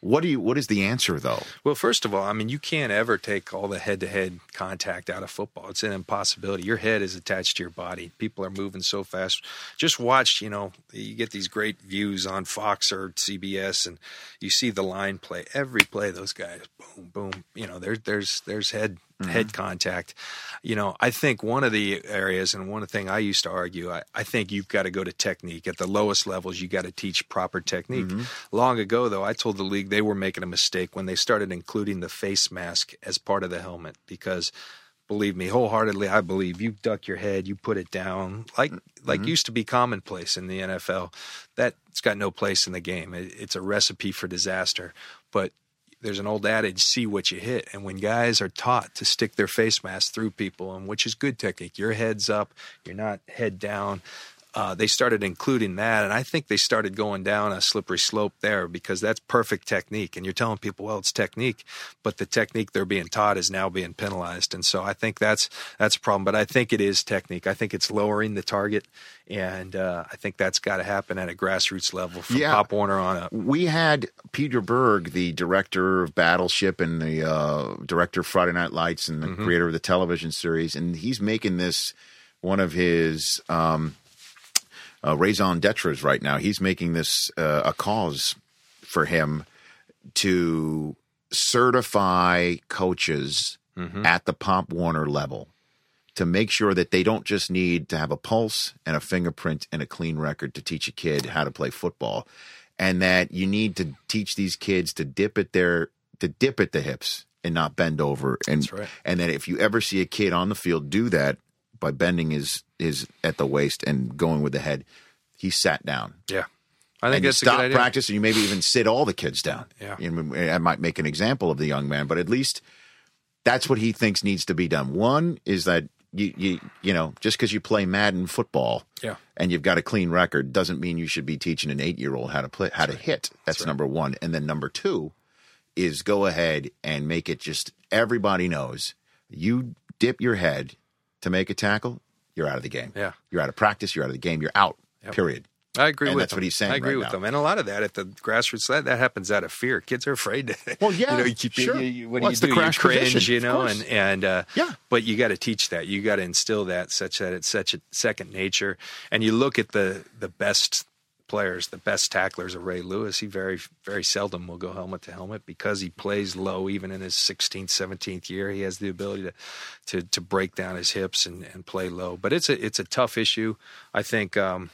Speaker 5: What do you? What is the answer though?
Speaker 2: Well, first of all, I mean, you can't ever take all the head to head contact out of football. It's an impossibility. Your head is attached to your body. People are moving so fast. Just watch, you know, you get these great views on Fox or CBS and you see the line play. Every play, those guys, boom, boom, you know, there, there's, there's head. Head contact, you know. I think one of the areas and one thing I used to argue, I, I think you've got to go to technique at the lowest levels. You got to teach proper technique. Long ago, though, I told the league they were making a mistake when they started including the face mask as part of the helmet because believe me wholeheartedly i believe you duck your head you put it down like like used to be commonplace in the nfl that's got no place in the game it, it's a recipe for disaster but there's an old adage see what you hit and when guys are taught to stick their face mask through people and which is good technique your head's up you're not head down uh, they started including that and i think they started going down a slippery slope there because that's perfect technique and you're telling people well it's technique but the technique they're being taught is now being penalized and so i think that's that's a problem but i think it is technique i think it's lowering the target and uh, i think that's got to happen at a grassroots level from
Speaker 5: Yeah.
Speaker 2: pop warner on up
Speaker 5: we had Peter Berg, the director of Battleship and the uh, director of Friday Night Lights and the creator of the television series, and he's making this one of his um, uh, raison d'etres right now. He's making this uh, a cause for him to certify coaches at the Pop Warner level to make sure that they don't just need to have a pulse and a fingerprint and a clean record to teach a kid how to play football and that you need to teach these kids to dip at their to dip at the hips and not bend over and
Speaker 2: right.
Speaker 5: and that if you ever see a kid on the field do that by bending his his at the waist and going with the head he sat down
Speaker 2: yeah i think
Speaker 5: and you
Speaker 2: that's a good
Speaker 5: stop
Speaker 2: idea
Speaker 5: practice and you maybe even sit all the kids down.
Speaker 2: Yeah.
Speaker 5: You know, I might make an example of the young man, but at least that's what he thinks needs to be done. One is that you you you know just because you play Madden football
Speaker 2: Yeah.
Speaker 5: and you've got a clean record doesn't mean you should be teaching an eight year old how to play how to hit. That's, number one, and then number two is go ahead and make it just everybody knows you dip your head to make a tackle, you're out of the game.
Speaker 2: Yeah.
Speaker 5: you're out of practice. You're out of the game. You're out. Period.
Speaker 2: I agree
Speaker 5: And
Speaker 2: with
Speaker 5: that's
Speaker 2: them.
Speaker 5: what he's saying
Speaker 2: I agree
Speaker 5: right
Speaker 2: with
Speaker 5: now.
Speaker 2: them, and a lot of that at the grassroots that that happens out of fear. Kids are afraid to.
Speaker 5: Well, yeah,
Speaker 2: you know, you keep
Speaker 5: sure.
Speaker 2: you, you, what
Speaker 5: Well,
Speaker 2: do
Speaker 5: it's
Speaker 2: you
Speaker 5: the
Speaker 2: do?
Speaker 5: crash
Speaker 2: you cringe,
Speaker 5: position,
Speaker 2: you
Speaker 5: of
Speaker 2: know,
Speaker 5: course.
Speaker 2: and and uh,
Speaker 5: Yeah.
Speaker 2: But you got to teach that. You got to instill that, such that it's such a second nature. And you look at the the best players, the best tacklers of Ray Lewis. He very very seldom will go helmet to helmet because he plays low. Even in his 16th, 17th year, he has the ability to to to break down his hips and and play low. But it's a it's a tough issue. I think. Um,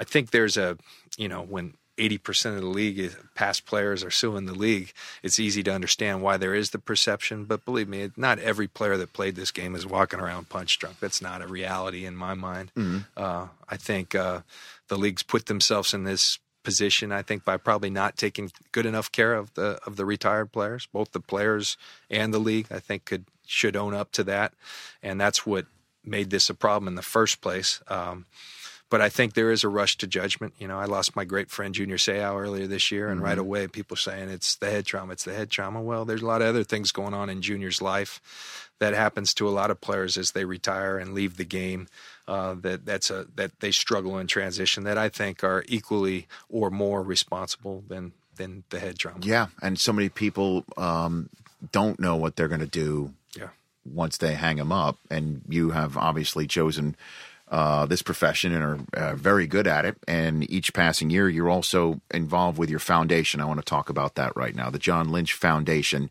Speaker 2: I think there's a, you know, when 80% of the league is past players are suing the league, it's easy to understand why there is the perception. But believe me, it- not every player that played this game is walking around punch drunk. That's not a reality in my mind. Uh, I think uh, the league's put themselves in this position. I think by probably not taking good enough care of the of the retired players, both the players and the league. I think could should own up to that, and that's what made this a problem in the first place. Um, but I think there is a rush to judgment. You know, I lost my great friend Junior Seau earlier this year, and right away people saying it's the head trauma, it's the head trauma. Well, there's a lot of other things going on in Junior's life that happens to a lot of players as they retire and leave the game. Uh, that that's a that they struggle in transition that I think are equally or more responsible than than the head trauma.
Speaker 5: Yeah, and so many people um, don't know what they're going to do
Speaker 2: Yeah.
Speaker 5: once they hang them up, and you have obviously chosen uh, this profession and are uh, very good at it. And each passing year, you're also involved with your foundation. I want to talk about that right now, the John Lynch Foundation.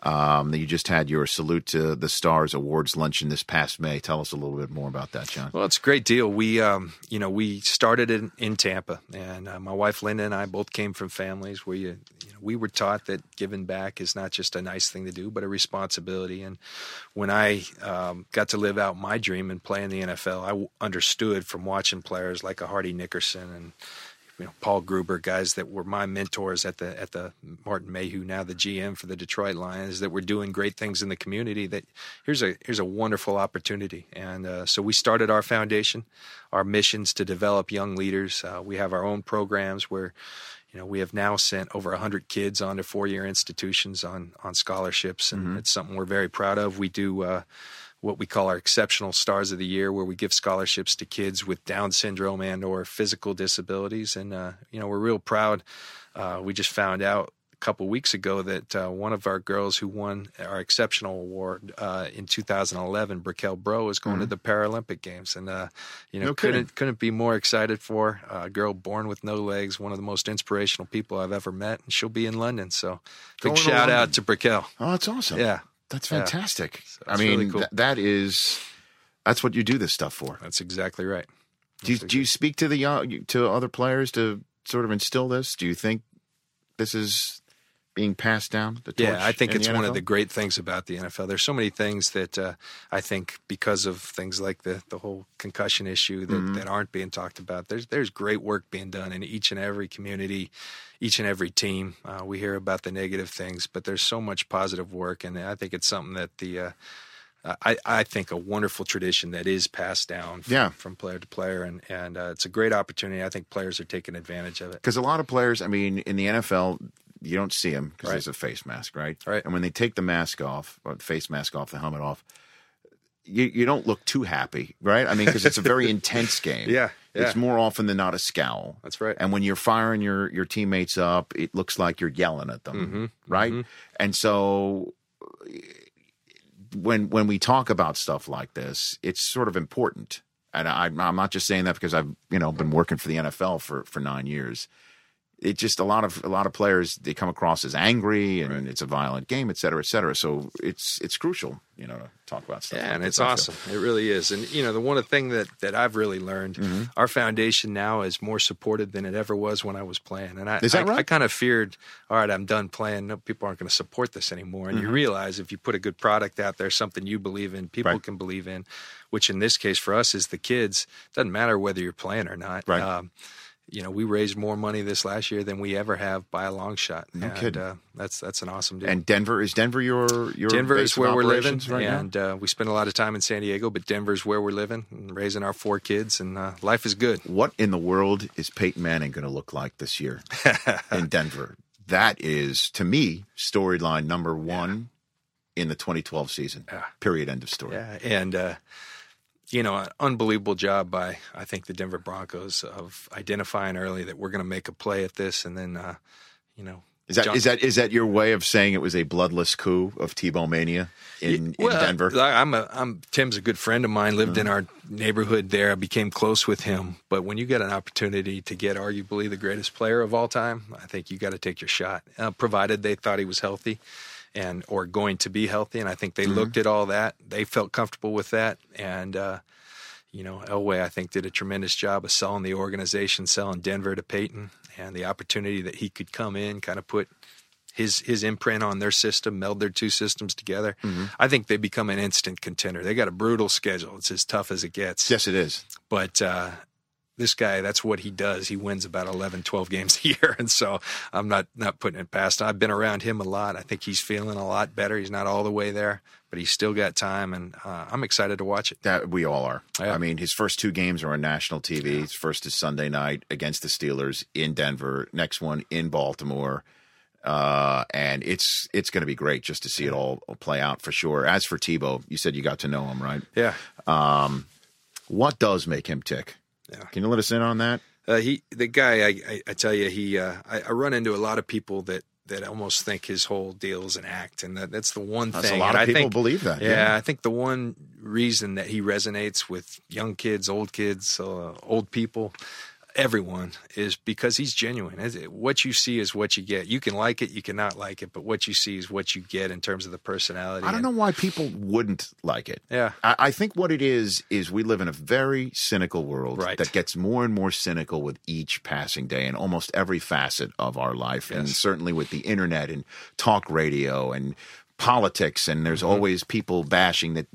Speaker 5: Um, you just had your salute to the stars awards luncheon this past May. Tell us a little bit more about that, John.
Speaker 2: Well, it's a great deal. We, um, you know, we started in, in Tampa, and uh, my wife Linda and I both came from families where you, you know, we were taught that giving back is not just a nice thing to do, but a responsibility. And when I um, got to live out my dream and play in the NFL, I w- understood from watching players like a Hardy Nickerson and you know Paul Gruber, guys that were my mentors at the at the Martin Mayhew, now the GM for the Detroit Lions, that were doing great things in the community. That here's a here's a wonderful opportunity, and uh, so we started our foundation, our missions to develop young leaders. Uh, we have our own programs where. You know, we have now sent over 100 kids onto four-year institutions on on scholarships, and it's something we're very proud of. We do uh, what we call our exceptional stars of the year, where we give scholarships to kids with Down syndrome and or physical disabilities. And uh, you know, we're real proud. Uh, we just found out a couple weeks ago that uh, one of our girls who won our exceptional award uh, in 2011, Briquel Bro, is going to the Paralympic Games, and uh, you
Speaker 5: Mm-hmm.
Speaker 2: know,
Speaker 5: No kidding.
Speaker 2: couldn't couldn't be more excited for her. a girl born with no legs, one of the most inspirational people I've ever met, and she'll be in London. So, big
Speaker 5: Going to
Speaker 2: shout
Speaker 5: London.
Speaker 2: out to Briquel.
Speaker 5: Oh, that's awesome.
Speaker 2: Yeah.
Speaker 5: That's
Speaker 2: Yeah.
Speaker 5: fantastic. I
Speaker 2: that's
Speaker 5: mean,
Speaker 2: really cool.
Speaker 5: th- that is that's what you do this stuff for.
Speaker 2: That's exactly right.
Speaker 5: Do you, do you speak to the young, to other players to sort of instill this? Do you think this is being passed down? The torch
Speaker 2: Yeah, I think
Speaker 5: in
Speaker 2: it's
Speaker 5: the
Speaker 2: one of
Speaker 5: NFL?
Speaker 2: the great things about the NFL. There's so many things that uh, I think because of things like the the whole concussion issue that,
Speaker 5: Mm-hmm.
Speaker 2: that aren't being talked about. There's there's great work being done in each and every community, each and every team. Uh, we hear about the negative things, but there's so much positive work, and I think it's something that the uh, I, I think a wonderful tradition that is passed down from,
Speaker 5: Yeah.
Speaker 2: from player to player, and and uh, it's a great opportunity. I think players are taking advantage of it.
Speaker 5: because a lot of players, I mean, in the NFL, you don't see them because
Speaker 2: Right.
Speaker 5: there's a face mask, right?
Speaker 2: Right.
Speaker 5: And when they take the mask off, or the face mask off, the helmet off, you you don't look too happy, right? I mean, because it's a very intense game.
Speaker 2: Yeah,
Speaker 5: It's
Speaker 2: yeah.
Speaker 5: more often than not a scowl.
Speaker 2: That's right.
Speaker 5: And when you're firing your your teammates up, it looks like you're yelling at them,
Speaker 2: Mm-hmm,
Speaker 5: right? And so when when we talk about stuff like this, it's sort of important. And I, I'm not just saying that because I've you know been working for the NFL for for nine years. It just a lot of a lot of players they come across as angry and it's a violent game, et cetera, et cetera. So it's it's crucial, you know, to talk about stuff.
Speaker 2: Yeah,
Speaker 5: like
Speaker 2: and
Speaker 5: this,
Speaker 2: it's
Speaker 5: I feel.
Speaker 2: awesome. It really is. And you know, the one thing that that I've really learned,
Speaker 5: Mm-hmm.
Speaker 2: our foundation now is more supported than it ever was when I was playing. And I,
Speaker 5: Is that
Speaker 2: I,
Speaker 5: right?
Speaker 2: I kind of feared, all right, I'm done playing. No, people aren't going to support this anymore.
Speaker 5: Mm-hmm.
Speaker 2: And you realize if you put a good product out there, something you believe in, people
Speaker 5: Right.
Speaker 2: can believe in, which in this case for us is the kids. Doesn't matter whether you're playing or not.
Speaker 5: Right.
Speaker 2: Um, you know, we raised more money this last year than we ever have by a long shot. No and,
Speaker 5: kidding.
Speaker 2: Uh, that's that's an awesome deal.
Speaker 5: And Denver is Denver your your
Speaker 2: Denver
Speaker 5: base
Speaker 2: is
Speaker 5: of
Speaker 2: where we're living,
Speaker 5: operations right now?
Speaker 2: and uh, we spend a lot of time in San Diego, but Denver's where we're living and raising our four kids, and uh, life is good.
Speaker 5: What in the world is Peyton Manning going to look like this year in Denver? That is, to me, storyline number one in the 2012 season. Period. End of story.
Speaker 2: Yeah, and uh, you know, an unbelievable job by I think the Denver Broncos of identifying early that we're going to make a play at this, and then uh, you know,
Speaker 5: Is that is
Speaker 2: John-
Speaker 5: that is that your way of saying it was a bloodless coup of T-Bow mania in,
Speaker 2: Yeah, well,
Speaker 5: in Denver? Uh-huh.
Speaker 2: I- I'm a I'm Tim's a good friend of mine. Lived in our neighborhood there. I became close with him. But when you get an opportunity to get arguably the greatest player of all time, I think you got to take your shot. Uh, provided they thought he was healthy, and or going to be healthy, and I think they
Speaker 5: Mm-hmm.
Speaker 2: looked at all that. They felt comfortable with that, and. Uh, you know, Elway, I think, did a tremendous job of selling the organization, selling Denver to Peyton, and the opportunity that he could come in, kind of put his his imprint on their system, meld their two systems together. I think they become an instant contender. They got a brutal schedule. It's as tough as it gets.
Speaker 5: yes, it is.
Speaker 2: But uh, this guy, that's what he does. He wins about 11, 12 games a year. And so I'm not, not putting it past. I've been around him a lot. I think he's feeling a lot better. He's not all the way there, but he's still got time. And uh, I'm excited to watch it.
Speaker 5: That we all are.
Speaker 2: Yeah.
Speaker 5: I mean, his first two games are on national TV. His first is Sunday night against the Steelers in Denver. Next one in Baltimore, uh, and it's it's going to be great just to see it all play out for sure. As for Tebow, you said you got to know him, right?
Speaker 2: Yeah.
Speaker 5: What does make him tick?
Speaker 2: Yeah.
Speaker 5: Can you let us in on that?
Speaker 2: Uh, he, the guy, I, I, I tell you, he, uh, I, I run into a lot of people that, that almost think his whole deal is an act, and that, that's the one
Speaker 5: That's
Speaker 2: thing.
Speaker 5: a lot
Speaker 2: and
Speaker 5: of
Speaker 2: I
Speaker 5: people
Speaker 2: think-
Speaker 5: believe that.
Speaker 2: Yeah, I think the one reason that he resonates with young kids, old kids, uh, old people, everyone is because he's genuine. Is it- What you see is what you get. You can like it, you cannot like it, but what you see is what you get in terms of the personality.
Speaker 5: I don't know why people wouldn't like it.
Speaker 2: Yeah.
Speaker 5: I, I think what it is is we live in a very cynical world
Speaker 2: Right.
Speaker 5: that gets more and more cynical with each passing day in almost every facet of our life, and
Speaker 2: Yes.
Speaker 5: certainly with the internet and talk radio and politics. And
Speaker 2: Mm-hmm.
Speaker 5: there's always people bashing that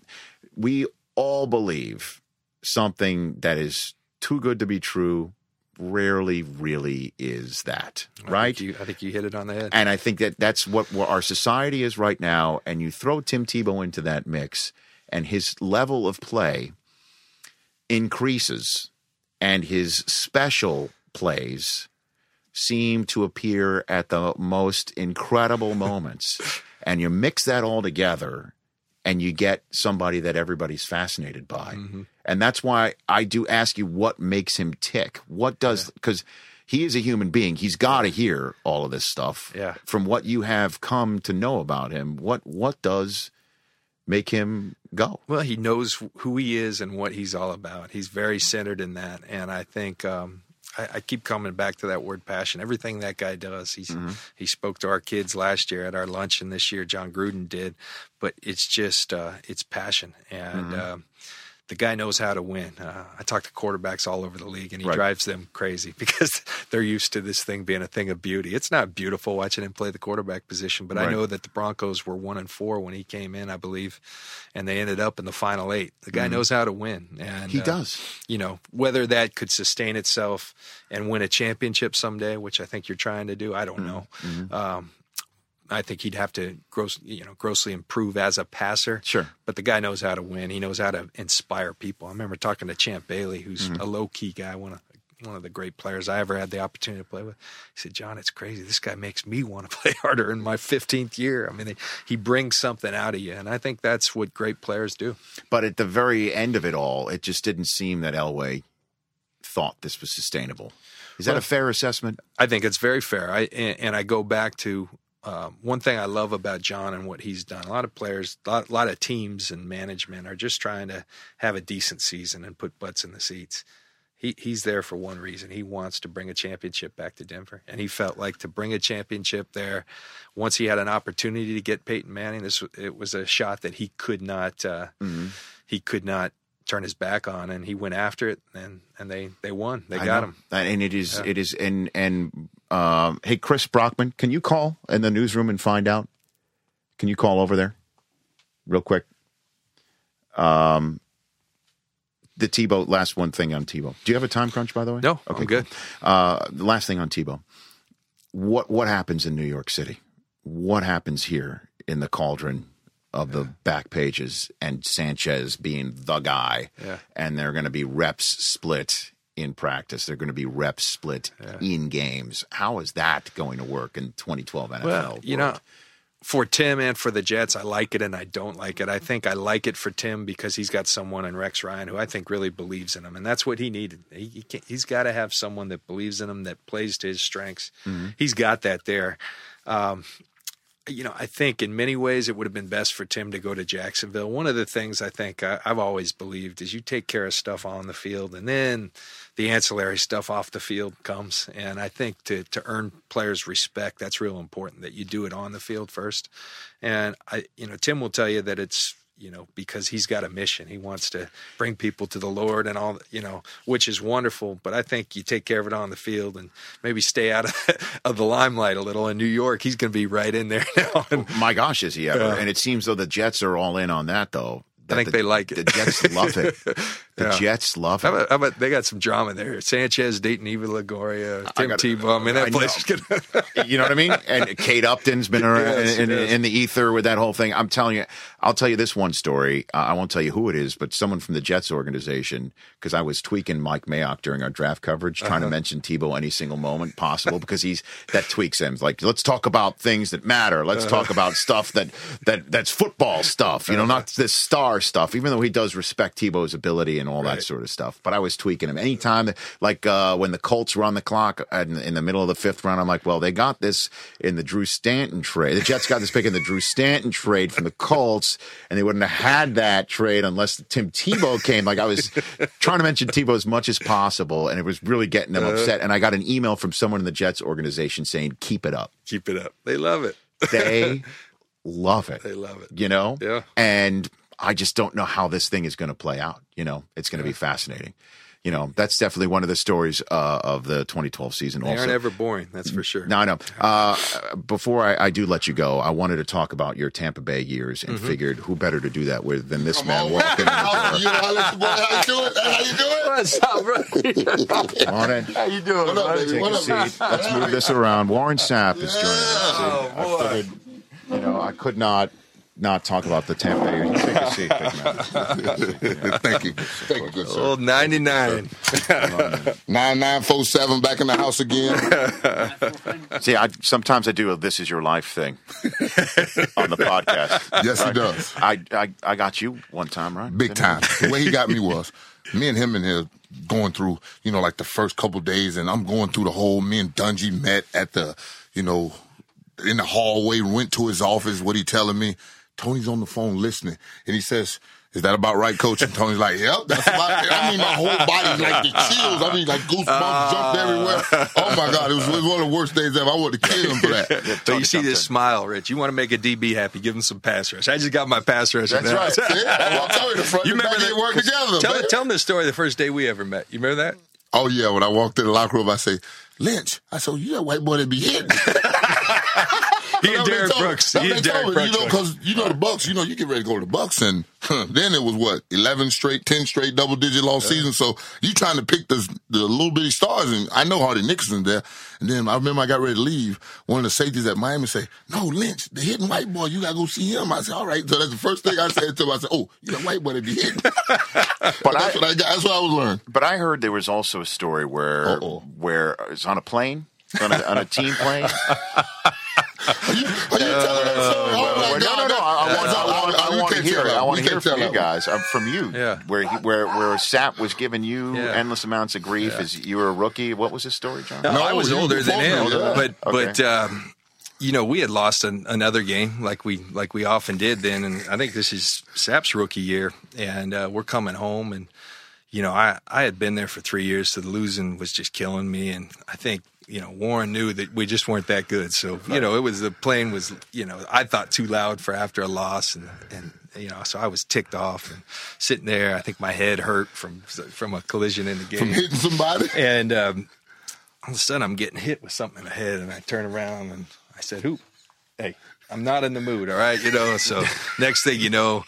Speaker 5: we all believe something that is too good to be true, rarely really is that,
Speaker 2: I
Speaker 5: right?
Speaker 2: think you, I think you hit it on the head.
Speaker 5: And I think that that's what, what our society is right now. And you throw Tim Tebow into that mix, and his level of play increases, and his special plays seem to appear at the most incredible moments. and you mix that all together, and you get somebody that everybody's fascinated by. And that's why I do ask you what makes him tick. What does, because he is a human being. He's got to hear all of this stuff.
Speaker 2: Yeah.
Speaker 5: From what you have come to know about him, what what does make him go?
Speaker 2: Well, he knows who he is and what he's all about. He's very centered in that, and I think um, I, I keep coming back to that word passion. Everything that guy does, he's he spoke to our kids last year at our luncheon this year. John Gruden did, but it's just uh, it's passion, and um, the guy knows how to win. Uh, I talk to quarterbacks all over the league, and he
Speaker 5: Right.
Speaker 2: drives them crazy because they're used to this thing being a thing of beauty. It's not beautiful watching him play the quarterback position, but I
Speaker 5: Right.
Speaker 2: know that the Broncos were one and four when he came in, I believe, and they ended up in the final eight. The guy knows how to win, and
Speaker 5: Mm-hmm. He
Speaker 2: uh,
Speaker 5: does.
Speaker 2: You know whether that could sustain itself and win a championship someday, which I think you're trying to do. I don't know. Um, I think he'd have to gross, you know, grossly improve as a passer.
Speaker 5: Sure.
Speaker 2: but the guy knows how to win. He knows how to inspire people. I remember talking to Champ Bailey, who's a low key guy, one of one of the great players I ever had the opportunity to play with. He said, "John, it's crazy. This guy makes me want to play harder in my 15th year. I mean, they, he brings something out of you, and I think that's what great players do."
Speaker 5: But at the very end of it all, it just didn't seem that Elway thought this was sustainable. Is that a fair assessment?
Speaker 2: I think it's very fair. I and, and I go back to um, one thing I love about John and what he's done. A lot of players, a lot, lot of teams and management are just trying to have a decent season and put butts in the seats. He he's there for one reason. He wants to bring a championship back to Denver, and he felt like to bring a championship there. Once he had an opportunity to get Peyton Manning, this w- it was a shot that he could not uh,
Speaker 5: Mm-hmm.
Speaker 2: he could not turn his back on, and he went after it, and and they they won. They
Speaker 5: I
Speaker 2: got
Speaker 5: know.
Speaker 2: him.
Speaker 5: Uh, And it is it is and and um, hey, Chris Brockman, can you call in the newsroom and find out? Can you call over there, real quick? Um, the Tebow. Last one thing on Tebow. Do you have a time crunch, by the way?
Speaker 2: No, I'm good.
Speaker 5: cool. Uh, the last thing on Tebow. What what happens in New York City? What happens here in the cauldron of the back pages and Sanchez being the guy?
Speaker 2: Yeah.
Speaker 5: and they're going to be reps split in practice. They're going to be reps split in games. How is that going to work in 2012 NFL?
Speaker 2: Well, you
Speaker 5: world?
Speaker 2: know, for Tim and for the Jets, I like it and I don't like it. I think I like it for Tim because he's got someone in Rex Ryan who I think really believes in him, and that's what he needed. He, he can't, he's got to have someone that believes in him, that plays to his strengths. He's got that there. Um, you know, I think in many ways it would have been best for Tim to go to Jacksonville. One of the things I think I, I've always believed is you take care of stuff on the field, and then the ancillary stuff off the field comes. And I think to to earn players' respect, that's real important that you do it on the field first. And I, you know, Tim will tell you that it's you know because he's got a mission. He wants to bring people to the Lord and all you know, which is wonderful. But I think you take care of it on the field and maybe stay out of, of the limelight a little. In New York, he's going to be right in there now. And
Speaker 5: my gosh, is he ever? and it seems though the Jets are all in on that though. That
Speaker 2: think
Speaker 5: the-
Speaker 2: they like it.
Speaker 5: The Jets love it. The
Speaker 2: Yeah.
Speaker 5: Jets love it.
Speaker 2: how about, how about they got some drama there? Sanchez dating Eva Longoria, Tim
Speaker 5: gotta-
Speaker 2: Tebow. I mean, that
Speaker 5: I
Speaker 2: place is
Speaker 5: know.
Speaker 2: going to.
Speaker 5: you know what I mean? And Kate Upton's been around
Speaker 2: Yes,
Speaker 5: in, in,
Speaker 2: yes.
Speaker 5: in the ether with that whole thing. I'm telling you, I'll tell you this one story. Uh, I won't tell you who it is, but someone from the Jets organization, because I was tweaking Mike Mayock during our draft coverage, trying to mention Tebow any single moment possible, because he's that tweaks him. Like, let's talk about things that matter. Let's talk about stuff that that that's football stuff. You know, not this star stuff. Even though he does respect Tebow's ability and all that sort of stuff, but I was tweaking him anytime. That, like uh, when the Colts were on the clock in, in the middle of the fifth round, I'm like, well, they got this in the Drew Stanton trade. The Jets got this pick in the Drew Stanton trade from the Colts, and they wouldn't have had that trade unless Tim Tebow came. Like I was trying to mention Tebow as much as possible, and it was really getting them upset. And I got an email from someone in the Jets organization saying, "Keep it up."
Speaker 2: Keep it up. They love it.
Speaker 5: They love it.
Speaker 2: They love it.
Speaker 5: You know?
Speaker 2: Yeah.
Speaker 5: And I just don't know how this thing is going to play out. You know, it's going to be fascinating. you know, that's definitely one of the stories uh, of the 2012 season.
Speaker 2: They
Speaker 5: also,
Speaker 2: aren't ever boring, that's for sure.
Speaker 5: no, I know. Uh, before I, I do let you go, I wanted to talk about your Tampa Bay years
Speaker 2: Mm-hmm.
Speaker 5: and figured who better to do that with than this man walking in the
Speaker 9: You know how this boy, how you doing?
Speaker 2: What's
Speaker 9: How you doing?
Speaker 2: up, bro?
Speaker 5: door. Warren,
Speaker 9: How you doing? What up, baby?
Speaker 5: take
Speaker 9: What
Speaker 5: a
Speaker 9: up, baby?
Speaker 5: seat. Let's move this around. Warren Sapp is joining us.
Speaker 2: oh,
Speaker 5: I
Speaker 2: boy.
Speaker 5: figured, you know, I could not not talk about the Tampa Bay. years. Take a seat, big man.
Speaker 9: Thank you. Thank you, good sir.
Speaker 2: Old 99.
Speaker 9: 9947 back in the house again.
Speaker 5: See, I, sometimes I do a "This Is Your Life" thing on the podcast.
Speaker 9: Yes, he does.
Speaker 5: I, I I got you one time, right?
Speaker 9: Big time. The way he got me was me and him in here going through, you know, like the first couple days, and I'm going through the whole me and Dungy met at the, you know, in the hallway, went to his office. What he telling me? Tony's on the phone listening, and he says, "Is that about right, Coach?" And Tony's like, "Yep, Oh, that's about." It. I mean, my whole body like the chills. I mean, like goosebumps
Speaker 2: Uh,
Speaker 9: jumped everywhere. Oh my god, it was, it was one of the worst days ever. I wanted to kill him for that.
Speaker 2: But you see this smile, Rich. You want to make a DB happy. Give him some pass rush. I just got my pass rush.
Speaker 9: That's right. See? Well, I'm telling you, the front
Speaker 2: You
Speaker 9: and back
Speaker 2: remember
Speaker 9: ain't
Speaker 2: that-
Speaker 9: work together.
Speaker 2: Tell,
Speaker 9: man.
Speaker 2: tell him the story of the first day we ever met. You remember that?
Speaker 9: Oh yeah, when I walked in the locker room, I say, Lynch. I said, you that white boy that be hitting.
Speaker 2: He
Speaker 9: That's
Speaker 2: and
Speaker 9: what they
Speaker 2: Derek
Speaker 9: told me.
Speaker 2: Brooks. He
Speaker 9: That's what
Speaker 2: and
Speaker 9: they
Speaker 2: Derek
Speaker 9: told me.
Speaker 2: Brooks.
Speaker 9: You know, because you know the Bucks. You know, you get ready to go to the Bucks, and huh, then it was what eleven straight, ten straight double digit loss season. So you trying to pick the the little bitty stars, and I know Hardy Nixon's there. And then I remember I got ready to leave. One of the safeties at Miami said, "No, Lynch, the hitting white boy. You gotta go see him." I said, "All right." So that's the first thing I said to him. I said, "Oh, you that white boy that be hitting." but that's
Speaker 5: I-
Speaker 9: what I got. That's what I was learning.
Speaker 5: But I heard there was also a story where
Speaker 9: Uh-oh.
Speaker 5: where uh, it's on a plane, on a, on a team plane.
Speaker 9: Are you, are you telling that story? Oh, my
Speaker 5: Well, no, no,
Speaker 9: God.
Speaker 5: no. I, I want,
Speaker 9: That's-
Speaker 5: I want, I
Speaker 9: uh, you
Speaker 5: want to
Speaker 9: can't
Speaker 5: hear
Speaker 9: tell
Speaker 5: it.
Speaker 9: that.
Speaker 5: I want
Speaker 9: You
Speaker 5: to hear
Speaker 9: can't
Speaker 5: it from
Speaker 9: tell
Speaker 5: you
Speaker 9: that.
Speaker 5: guys, uh, from you,
Speaker 2: Yeah.
Speaker 5: where he, where where Sap was giving you
Speaker 2: Yeah.
Speaker 5: endless amounts of grief as you were a rookie. What was his story, John? Uh,
Speaker 2: No,
Speaker 9: No,
Speaker 2: I was
Speaker 9: Oh, you-
Speaker 2: older
Speaker 9: you
Speaker 2: than
Speaker 9: both
Speaker 2: him,
Speaker 9: older than
Speaker 2: but
Speaker 5: that.
Speaker 2: but um, you know we had lost an, another game like we like we often did then, and I think this is Sap's rookie year, and uh, we're coming home, and you know I I had been there for three years, so the losing was just killing me, and I think. You know, Warren knew that we just weren't that good. So, you know, it was the plane was, you know, I thought too loud for after a loss. And, and you know, so I was ticked off and sitting there. I think my head hurt from from a collision in the game.
Speaker 9: From hitting somebody.
Speaker 2: And um, all of a sudden, I'm getting hit with something in the head, and I turn around and I said, "Who? Hey, I'm not in the mood, all right? You know." So next thing you know,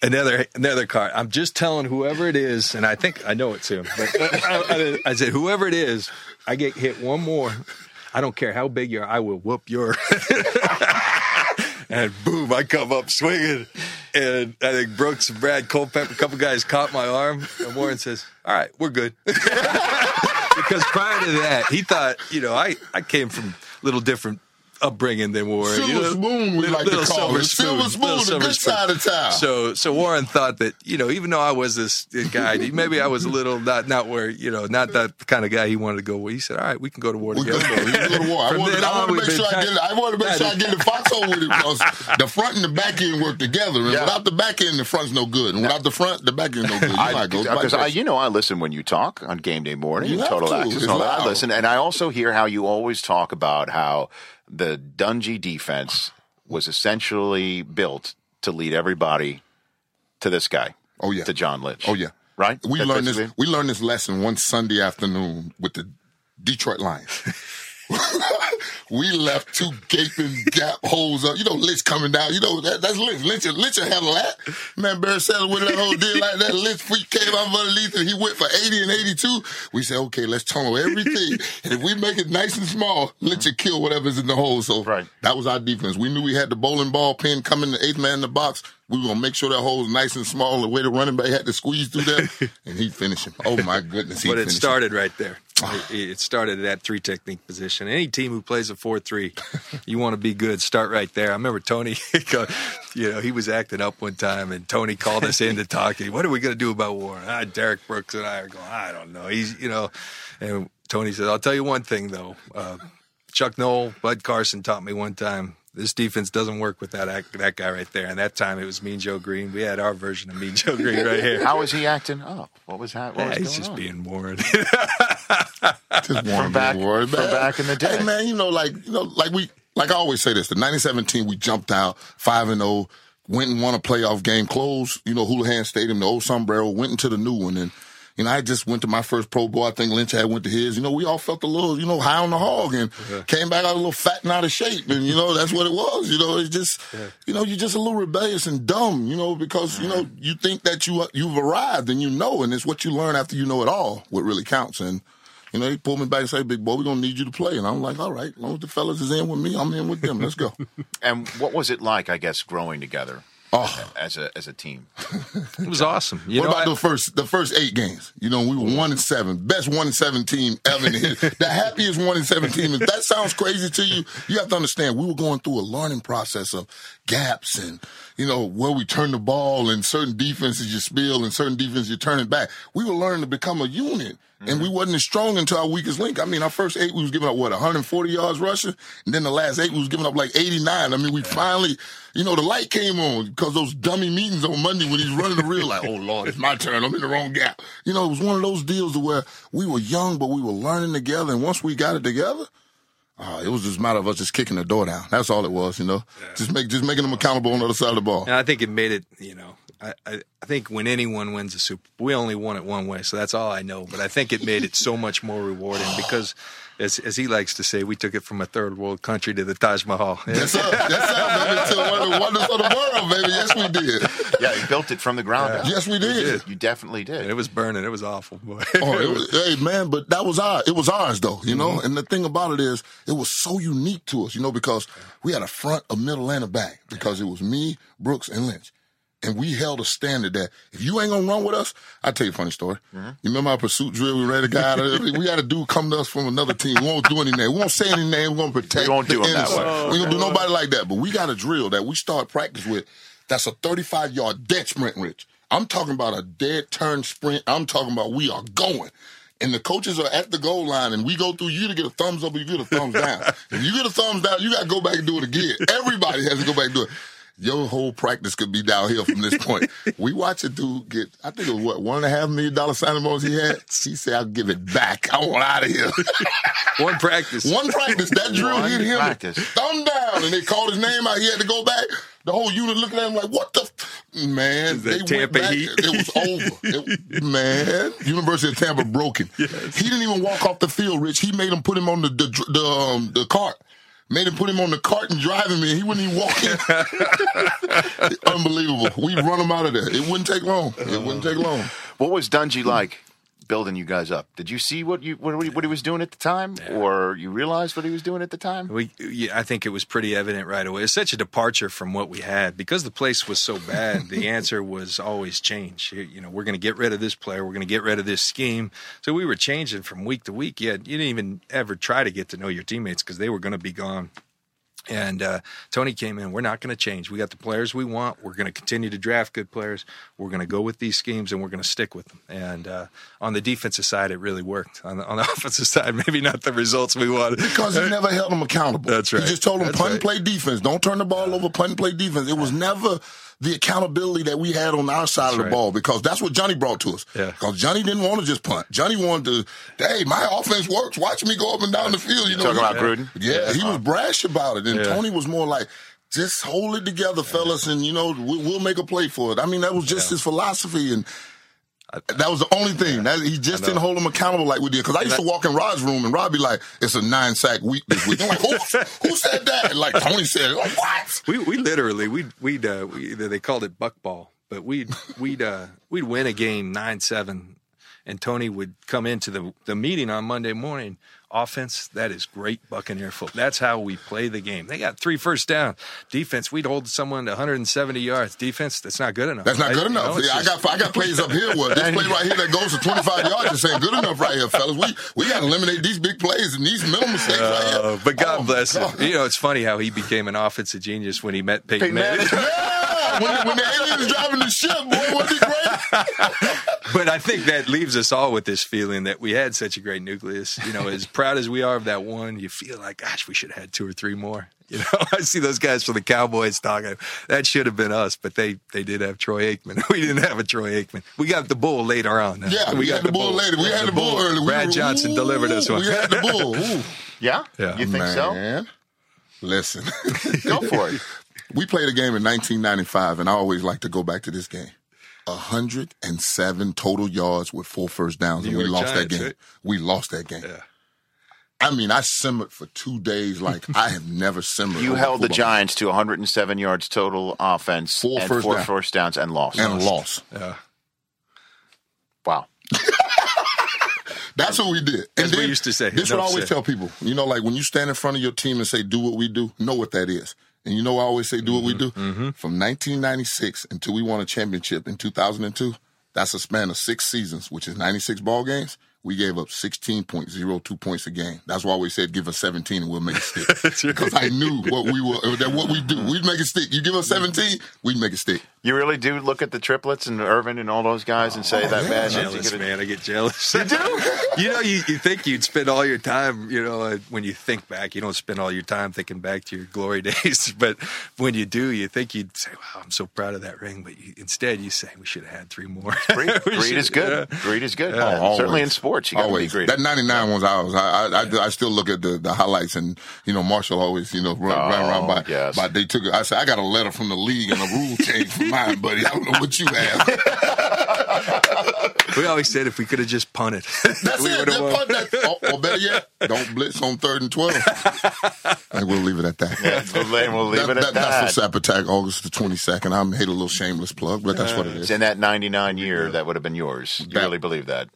Speaker 2: another another car. I'm just telling whoever it is, and I think I know it's him. But I, I- I said, "Whoever it is, I get hit one more. I don't care how big you are. I will whoop your." and boom, I come up swinging. And I think Brooks, Brad, Culpepper, a couple guys caught my arm. And Warren says, All right, we're good. because prior to that, he thought, you know, I, I came from a little different upbringing than Warren.
Speaker 9: Silver
Speaker 2: you know,
Speaker 9: spoon, we like to call
Speaker 2: silver
Speaker 9: it. Silver spoon,
Speaker 2: little
Speaker 9: the
Speaker 2: silver
Speaker 9: good side of town.
Speaker 2: So, so Warren thought that, you know, even though I was this guy, maybe I was a little not, not where, you know, not that kind of guy he wanted to go with. He said, All right, we can go to war
Speaker 9: We
Speaker 2: together.
Speaker 9: good though. We good war. I
Speaker 2: From
Speaker 9: want
Speaker 2: then
Speaker 9: to I
Speaker 2: on,
Speaker 9: wanna
Speaker 2: we've
Speaker 9: make
Speaker 2: been
Speaker 9: sure I
Speaker 2: tight.
Speaker 9: get it. I want to
Speaker 2: Yeah,
Speaker 9: make sure I
Speaker 2: dude.
Speaker 9: get the foxhole with it because the front and the back end work together. And without the back end, the front's no good. And without the front, the back end no good. You
Speaker 5: I,
Speaker 9: might go back
Speaker 5: because I,
Speaker 9: first.
Speaker 5: you know, I listen when you talk on game day morning,
Speaker 9: You
Speaker 5: and
Speaker 9: have
Speaker 5: total
Speaker 9: to.
Speaker 5: access,
Speaker 9: It's
Speaker 5: and all that. I
Speaker 9: loud.
Speaker 5: listen, and I also hear how you always talk about how the Dungy defense was essentially built to lead everybody to this guy.
Speaker 9: Oh, yeah.
Speaker 5: to John Lynch.
Speaker 9: Oh yeah,
Speaker 5: right.
Speaker 9: We
Speaker 5: That-
Speaker 9: learned
Speaker 5: that's-
Speaker 9: this. We learned this lesson one Sunday afternoon with the Detroit Lions. we left two gaping gap holes up. You know, Lynch coming down. You know, that, that's Lynch. Lynch, Lynch will handle that. Man, Barry Sanders with that whole deal like that. Lynch freak came out of underneath and he went for 80 and 82. We said, okay, let's tunnel everything. and if we make it nice and small, Lynch will kill whatever's in the hole. So
Speaker 5: Right.
Speaker 9: that was our defense. We knew we had the bowling ball pin coming, the eighth man in the box. We were gonna make sure that hole was nice and small. The way the running back had to squeeze through there, and he finished him. Oh my goodness! He
Speaker 2: but it
Speaker 9: finished him.
Speaker 2: started right there.
Speaker 5: Oh.
Speaker 2: It, it started at that three technique position. Any team who plays a four three, you want to be good. Start right there. I remember Tony, you know, he was acting up one time, and Tony called us in to talk. to him. What are we going to do about Warren? Ah, Derek Brooks and I are going. I don't know. He's you know, and Tony said, I'll tell you one thing though. Uh, Chuck Knoll, Bud Carson taught me one time. This defense doesn't work without that, that guy right there. And that time it was Mean Joe Green. We had our version of Mean Joe Green right here.
Speaker 5: How was he acting up? What was that? What was
Speaker 2: Yeah, he's
Speaker 5: going
Speaker 2: just
Speaker 5: on?
Speaker 2: being Warren.
Speaker 9: Just one
Speaker 5: From back-
Speaker 9: big word,
Speaker 5: from
Speaker 9: man.
Speaker 5: back in the day.
Speaker 9: Hey man, you know, like you know, like we like I always say this, the ninety seven team we jumped out five and oh, went and won a playoff game, closed, you know, Houlihan Stadium, the old sombrero, went into the new one and You know, I just went to my first Pro Bowl. I think Lynch had went to his. You know, we all felt a little, you know, high on the hog and came back out a little fat and out of shape. And, you know, that's what it was. You know, it's just, you know, you're just a little rebellious and dumb, you know, because, you know, you think that you, you've arrived and you know, and it's what you learn after you know it all, what really counts. And, you know, he pulled me back and said, Big boy, we're going to need you to play. And I'm like, all right, as long as the fellas is in with me, I'm in with them. Let's go.
Speaker 5: And what was it like? I guess growing together
Speaker 9: Oh.
Speaker 5: as a as a team.
Speaker 2: It was awesome. You
Speaker 9: what
Speaker 2: know,
Speaker 9: about
Speaker 2: I-
Speaker 9: the first the first eight games? You know, we were one and seven, best one and seven team ever. in the history. the happiest one and seven team. If that sounds crazy to you, you have to understand we were going through a learning process of gaps and you know where we turn the ball and certain defenses you spill and certain defenses you turn it back. We were learning to become a unit. And we wasn't as strong until our weakest link. I mean, our first eight, we was giving up what 140 yards rushing, and then the last eight, we was giving up like 89. I mean, we finally, you know, the light came on because those dummy meetings on Monday when he's running the reel, like, oh lord, it's my turn. I'm in the wrong gap. You know, it was one of those deals to where we were young, but we were learning together. And once we got it together, uh, it was just a matter of us just kicking the door down. That's all it was. You know, just make just making them accountable on the other side of the ball.
Speaker 2: And I think it made it, you know, I, I, I think when anyone wins a Super we only won it one way, so that's all I know. But I think it made it so much more rewarding because, as, as he likes to say, we took it from a third world country to the Taj Mahal.
Speaker 9: That's up. That's up, baby. To one of the wonders of the world, baby. Yes, we did.
Speaker 5: Yeah, you built it from the ground up.
Speaker 9: Yes, we did.
Speaker 5: You definitely
Speaker 2: And
Speaker 5: did.
Speaker 2: it was burning. It was awful. Boy.
Speaker 9: Oh, it was, Mm-hmm. hey man, but that was our it was ours though, you know. And the thing about it is, it was so unique to us, you know, because we had a front, a middle, and a back. Because it was me, Brooks, and Lynch, and we held a standard that if you ain't gonna run with us, I tell you a funny story. You remember our pursuit drill? We ran a guy out of We had a dude come to us from another team. We won't do any name. We won't say any name. We won't protect.
Speaker 5: We won't
Speaker 9: the
Speaker 5: do 'em that
Speaker 9: innocent.
Speaker 5: way.
Speaker 9: We ain't gonna do nobody like that. But we got a drill that we start practice with. That's a 35 yard dead sprint, Rich. I'm talking about a dead turn sprint. I'm talking about we are going. And the coaches are at the goal line, and we go through you to get a thumbs up or you get a thumbs down. if you get a thumbs down, you got to go back and do it again. Everybody has to go back and do it. Your whole practice could be downhill from this point. we watch a dude get, I think it was what, one and a half million dollar signing bonus he had. He said, I'll give it back. I want out of here.
Speaker 2: One practice.
Speaker 9: One practice, that drill
Speaker 5: One
Speaker 9: hit him.
Speaker 5: practice.
Speaker 9: Thumb down, and they called his name out. He had to go back. The whole unit looking at him like, "What the f-? man?"
Speaker 2: Is that
Speaker 9: went
Speaker 2: Tampa
Speaker 9: back.
Speaker 2: Heat?
Speaker 9: It was over. It- man, University of Tampa broken. He didn't even walk off the field. Rich, he made him put him on the the, dr- the, um, the cart. Made him put him on the cart and drive him in. He wouldn't even walk in. Unbelievable. We run him out of there. It wouldn't take long. It wouldn't take long.
Speaker 5: What was Dungy like building you guys up? Did you see what you what, he- what he was doing at the time, or you realized what he was doing at the time?
Speaker 2: We, yeah, I think it was pretty evident right away. It's such a departure from what we had because the place was so bad. the answer was always change. You- You know, we're going to get rid of this player. We're going to get rid of this scheme. So we were changing from week to week. Yet you didn't even ever try to get to know your teammates because they were going to be gone. And uh, Tony came in. We're not going to change. We got the players we want. We're going to continue to draft good players. We're going to go with these schemes, and we're going to stick with them. And uh, on the defensive side, it really worked. On the, on the offensive side, maybe not the results we wanted.
Speaker 9: Because he never held them accountable.
Speaker 2: That's right.
Speaker 9: He just told them
Speaker 2: That's
Speaker 9: punt
Speaker 2: right.
Speaker 9: and play defense. Don't turn the ball over, punt and play defense. It was never the accountability that we had on our side of the
Speaker 2: right.
Speaker 9: ball because that's what Johnny brought to us.
Speaker 2: Yeah.
Speaker 9: Because Johnny didn't want to just punt. Johnny wanted to, hey, my offense works. Watch me go up and down the field. You know,
Speaker 5: talking
Speaker 9: he-
Speaker 5: about Gruden?
Speaker 9: Yeah, he was brash about it. And
Speaker 2: Yeah.
Speaker 9: Tony was more like, just hold it together, fellas, and you know we, we'll make a play for it. I mean, that was just his philosophy, and that was the only thing. That, he just didn't hold him accountable like we did. Because I used to walk in Rod's room and Rod be like, it's a nine sack week this week. I'm like, who, who said that? Like, Tony said it. Like, what?
Speaker 2: we we literally we'd we'd uh, we, they called it buckball, but we'd we'd uh, we'd win a game nine seven, and Tony would come into the the meeting on Monday morning. Offense, that is great Buccaneer football. That's how we play the game. They got three first down. Defense, we'd hold someone to 170 yards. Defense, that's not good enough.
Speaker 9: That's not
Speaker 2: Like,
Speaker 9: good
Speaker 2: you know,
Speaker 9: enough.
Speaker 2: it's
Speaker 9: yeah, I
Speaker 2: just-
Speaker 9: got I got plays up here. Where this play right here that goes to 25 yards just ain't good enough right here, fellas. We we got to eliminate these big plays and these middle mistakes right
Speaker 2: Uh,
Speaker 9: here.
Speaker 2: but
Speaker 9: Oh,
Speaker 2: God
Speaker 9: my
Speaker 2: bless him.
Speaker 9: God.
Speaker 2: You know, it's funny how he became an offensive genius when he met Peyton, Manning.
Speaker 9: Yeah, when, when the aliens driving the ship, boy, wasn't it great?
Speaker 2: but I think that leaves us all with this feeling that we had such a great nucleus. You know, as proud as we are of that one, you feel like, gosh, we should have had two or three more. You know, I see those guys from the Cowboys talking. That should have been us, but they they did have Troy Aikman. We didn't have a Troy Aikman. We got the bull later on.
Speaker 9: Yeah, we, had the bull, later. We
Speaker 2: Yeah,
Speaker 9: had the bull, early. We
Speaker 2: Brad
Speaker 9: were-
Speaker 2: Johnson delivered us
Speaker 9: ooh,
Speaker 2: one.
Speaker 9: We had the bull. Ooh.
Speaker 5: Yeah,
Speaker 2: Yeah.
Speaker 5: you think
Speaker 9: Man, listen.
Speaker 5: so? Go for it.
Speaker 9: we played a game in 1995, and I always like to go back to this game. 107 total yards with four first downs,
Speaker 2: New
Speaker 9: and we
Speaker 2: York
Speaker 9: lost
Speaker 2: Giants,
Speaker 9: that game.
Speaker 2: right?
Speaker 9: We lost that game. I mean, I simmered for two days like I have never simmered.
Speaker 5: You
Speaker 9: over
Speaker 5: held the
Speaker 9: football.
Speaker 5: Giants to 107 yards total offense
Speaker 9: Four
Speaker 5: and
Speaker 9: first
Speaker 5: four
Speaker 9: down.
Speaker 5: first downs and lost.
Speaker 9: and lost.
Speaker 2: Yeah.
Speaker 5: Wow.
Speaker 9: That's what we did.
Speaker 2: That's what we used to say.
Speaker 9: This is
Speaker 2: No
Speaker 9: what I always
Speaker 2: upset.
Speaker 9: tell people. You know, like when you stand in front of your team and say, "Do what we do," know what that is. And you know, I always say, "Do what we do."
Speaker 2: Mm-hmm.
Speaker 9: From 1996 until we won a championship in 2002, that's a span of six seasons, which is 96 ball games. We gave up 16.02 points a game. That's why we said, "Give us 17 and we'll make it stick." Because I knew what we were, that what we do, we'd make it stick. You give us
Speaker 2: Mm-hmm.
Speaker 9: 17, we'd make it stick.
Speaker 5: You really do look at the triplets and Irvin and all those guys and
Speaker 9: Oh,
Speaker 5: say that
Speaker 2: I
Speaker 5: bad.
Speaker 2: get jealous, man. I get jealous.
Speaker 5: You do?
Speaker 2: you know, you, you think you'd spend all your time, you know, uh, when you think back, you don't spend all your time thinking back to your glory days. But when you do, you think you'd say, wow, I'm so proud of that ring. But you, instead, you say, we should have had three more.
Speaker 5: Greed,
Speaker 2: We
Speaker 5: greed
Speaker 2: should-
Speaker 5: is good.
Speaker 2: yeah.
Speaker 5: Greed is good.
Speaker 9: Oh, always.
Speaker 5: Certainly in sports, you got to be
Speaker 9: always.
Speaker 5: greedy.
Speaker 9: That 99 one's ours. I, I, I, I still look at the, the highlights and, you know, Marshall always, you know, run, ran around by,
Speaker 5: Oh, yes.
Speaker 9: by, they took it. I said, I got a letter from the league and a rule change for mine, buddy. I don't know what you have.
Speaker 2: We always said if we could have just punted,
Speaker 9: That's
Speaker 2: we
Speaker 9: it.
Speaker 2: would have
Speaker 9: That
Speaker 2: won.
Speaker 9: part, that, or, or better yet, don't blitz on third and 12. and we'll leave it at that.
Speaker 5: and we'll leave it
Speaker 9: That-
Speaker 5: at that.
Speaker 9: that- That's for Sap Attack, August the 22nd. I made a little shameless plug, but that's what it is.
Speaker 5: in that 99 year, that would have been yours. You
Speaker 9: That-
Speaker 5: really believe that?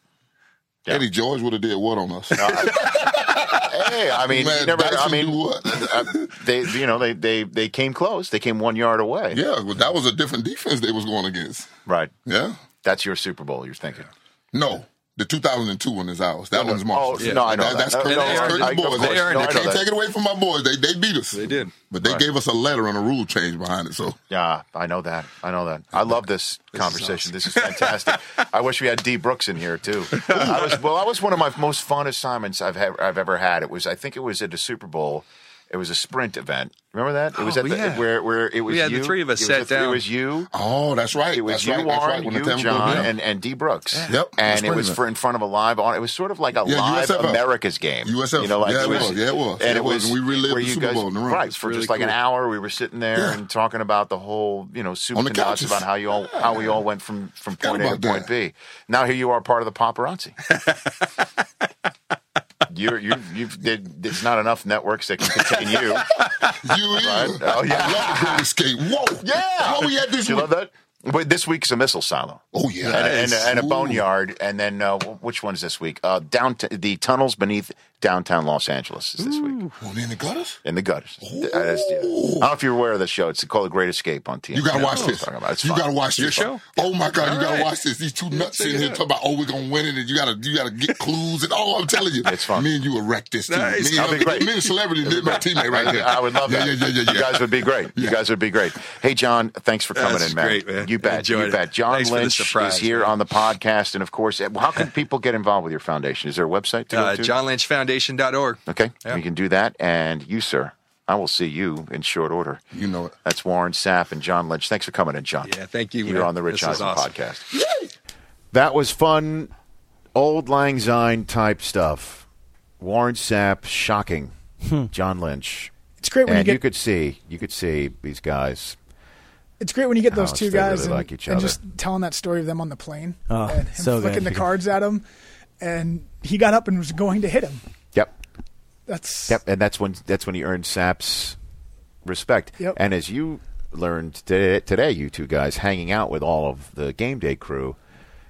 Speaker 9: Eddie George would have did what on us?
Speaker 5: Hey, I mean,
Speaker 9: Man,
Speaker 5: you never. I
Speaker 9: Dyson
Speaker 5: mean,
Speaker 9: do what?
Speaker 5: uh, they, you know, they, they, they came close. They came one yard away.
Speaker 9: yeah, well, that was a different defense they was going against.
Speaker 5: Right.
Speaker 9: Yeah.
Speaker 5: That's your Super Bowl. You're thinking.
Speaker 9: No, the 2002 one is ours. That one's Marshall.
Speaker 5: Oh, Yeah. no, I know that.
Speaker 9: That's
Speaker 5: No,
Speaker 9: Curtis,
Speaker 2: they earned
Speaker 9: Curtis
Speaker 2: it.
Speaker 9: boys.
Speaker 2: They
Speaker 9: They,
Speaker 2: earned it.
Speaker 9: can't
Speaker 5: I know
Speaker 9: take it away from my boys. They they beat us.
Speaker 2: They did.
Speaker 9: but they gave us a letter and a rule change behind it. So
Speaker 5: Yeah, I know that. I know that. I love this, conversation. This is fantastic. I wish we had D Brooks in here too. I was well. I was one of my most fun assignments I've had, I've ever had. It was I think it was at a Super Bowl. It was a sprint event. Remember that? It was
Speaker 2: Oh,
Speaker 5: at the,
Speaker 2: yeah.
Speaker 5: where where it was
Speaker 2: had the
Speaker 5: you.
Speaker 2: three of us
Speaker 5: it was
Speaker 2: sat
Speaker 5: the three- It
Speaker 2: down.
Speaker 5: was you.
Speaker 9: oh, that's right.
Speaker 5: It was
Speaker 9: that's
Speaker 5: you,
Speaker 9: right. That's
Speaker 5: Warren,
Speaker 9: right. When the
Speaker 5: you,
Speaker 9: Tampa Bay-
Speaker 5: John,
Speaker 9: yeah.
Speaker 5: and, and D Brooks.
Speaker 9: Yep, that's
Speaker 5: And it
Speaker 9: pretty
Speaker 5: was
Speaker 9: much.
Speaker 5: for in front of a live on. It was sort of like a
Speaker 9: Yeah,
Speaker 5: live
Speaker 9: USFL.
Speaker 5: America's game.
Speaker 9: USFL.
Speaker 5: You know, like
Speaker 9: Yeah,
Speaker 5: it
Speaker 9: it
Speaker 5: was.
Speaker 9: was. Yeah, it was.
Speaker 5: And
Speaker 9: Yeah,
Speaker 5: it
Speaker 9: it
Speaker 5: was.
Speaker 9: was. We relived
Speaker 5: where
Speaker 9: the
Speaker 5: you
Speaker 9: Super
Speaker 5: guys-
Speaker 9: Bowl in the room.
Speaker 5: Right.
Speaker 9: It's
Speaker 5: For
Speaker 9: really
Speaker 5: just like an
Speaker 9: cool.
Speaker 5: hour, we were sitting there
Speaker 9: Yeah.
Speaker 5: and talking about the whole, you know, soup
Speaker 9: On the
Speaker 5: and nuts
Speaker 9: couches.
Speaker 5: about how you all how we all went from from
Speaker 9: Forgot
Speaker 5: point A to
Speaker 9: about that.
Speaker 5: point B. Now here you are, part of the paparazzi. You're, you you've, there's not enough networks that can contain you.
Speaker 9: You either.
Speaker 5: Oh, yeah.
Speaker 9: I love the great escape. Whoa.
Speaker 5: Yeah.
Speaker 9: How we had this
Speaker 5: you
Speaker 9: week?
Speaker 5: love that? But this week's a missile silo.
Speaker 9: Oh, yeah.
Speaker 5: And, and, and a
Speaker 9: Ooh.
Speaker 5: boneyard, and then uh, which one's this week? Uh, down the tunnels beneath downtown Los Angeles is this week,
Speaker 9: One in the gutters?
Speaker 5: and the gutters. Uh, that's- yeah. I don't know if you're aware of the show. It's called The Great Escape on TNT.
Speaker 9: You gotta
Speaker 5: No.
Speaker 9: watch this.
Speaker 5: Talking about it. It's
Speaker 9: You
Speaker 5: fun.
Speaker 9: gotta watch
Speaker 2: Your
Speaker 9: this.
Speaker 2: show?
Speaker 9: Oh my god, you
Speaker 2: All
Speaker 9: gotta
Speaker 2: right.
Speaker 9: watch this. These two
Speaker 2: Yeah,
Speaker 9: nuts
Speaker 2: check
Speaker 9: in
Speaker 2: it
Speaker 9: here
Speaker 2: out.
Speaker 9: talking about oh we're gonna win it and you gotta you gotta get clues and oh I'm telling you.
Speaker 5: It's fun.
Speaker 9: Me and you will wreck this team.
Speaker 2: Nice.
Speaker 9: Me, and
Speaker 5: That'd be
Speaker 9: him-
Speaker 5: great.
Speaker 9: me and celebrity me and my teammate right there.
Speaker 5: I would love
Speaker 9: yeah,
Speaker 5: that.
Speaker 9: Yeah, yeah, yeah, yeah.
Speaker 5: You guys would be great. You
Speaker 9: Yeah.
Speaker 5: guys would be great. Hey, John, thanks for coming
Speaker 2: That's
Speaker 5: in, man.
Speaker 2: great, man.
Speaker 5: You bet.
Speaker 2: Enjoyed
Speaker 5: you
Speaker 2: it.
Speaker 5: bet. John
Speaker 2: Thanks for the
Speaker 5: Lynch
Speaker 2: surprise,
Speaker 5: is here
Speaker 2: man.
Speaker 5: on the podcast, and of course, how can people get involved with your foundation? Is there a website to
Speaker 2: Uh,
Speaker 5: go to?
Speaker 2: JohnLynchFoundation.org.
Speaker 5: Okay,
Speaker 2: Yeah.
Speaker 5: we can do that. And you, sir, I will see you in short order.
Speaker 9: You know it.
Speaker 5: That's Warren Sapp and John Lynch. Thanks for coming in, John.
Speaker 2: Yeah, thank you,
Speaker 5: You're
Speaker 2: man.
Speaker 5: on the Rich
Speaker 2: This is
Speaker 5: Eisen
Speaker 2: awesome.
Speaker 5: podcast.
Speaker 8: That was fun, old Lang Syne type stuff. Warren Sapp, shocking. John Lynch.
Speaker 7: It's great when
Speaker 8: and
Speaker 7: you
Speaker 8: you,
Speaker 7: get
Speaker 8: could see, you could see these guys.
Speaker 7: it's great when you get those
Speaker 8: Ouch,
Speaker 7: two
Speaker 8: they really
Speaker 7: guys and,
Speaker 8: like each
Speaker 7: and
Speaker 8: other.
Speaker 7: just telling that story of them on the plane
Speaker 6: Oh,
Speaker 7: and him
Speaker 6: so good.
Speaker 7: flicking the cards at him, and he got up and was going to hit him.
Speaker 8: Yep,
Speaker 7: That's
Speaker 8: Yep, and that's when that's when he earned Sapp's respect.
Speaker 7: Yep.
Speaker 8: And as you learned today, today, you two guys hanging out with all of the game day crew,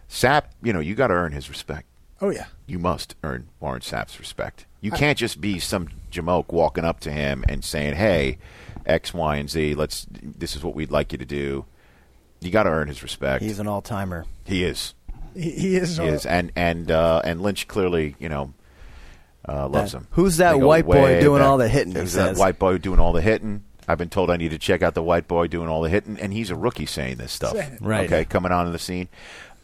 Speaker 8: Sapp, you know, you got to earn his respect.
Speaker 7: oh yeah.
Speaker 8: You must earn Warren Sapp's respect. You can't just be some jamoke walking up to him and saying, "Hey, X, Y, and Z, let's. This is what we'd like you to do." You got to earn his respect.
Speaker 6: He's an all timer.
Speaker 8: he is.
Speaker 7: He, he is.
Speaker 8: He
Speaker 7: uh,
Speaker 8: is. And and uh, and Lynch clearly, you know, uh, loves him.
Speaker 6: Who's that
Speaker 8: They go
Speaker 6: white boy
Speaker 8: way
Speaker 6: doing all the hitting, he
Speaker 8: Who's that
Speaker 6: says.
Speaker 8: white boy doing all the hitting? I've been told I need to check out the white boy doing all the hitting, and he's a rookie saying this stuff.
Speaker 7: Saying it.
Speaker 6: Right.
Speaker 8: Okay, coming onto the scene.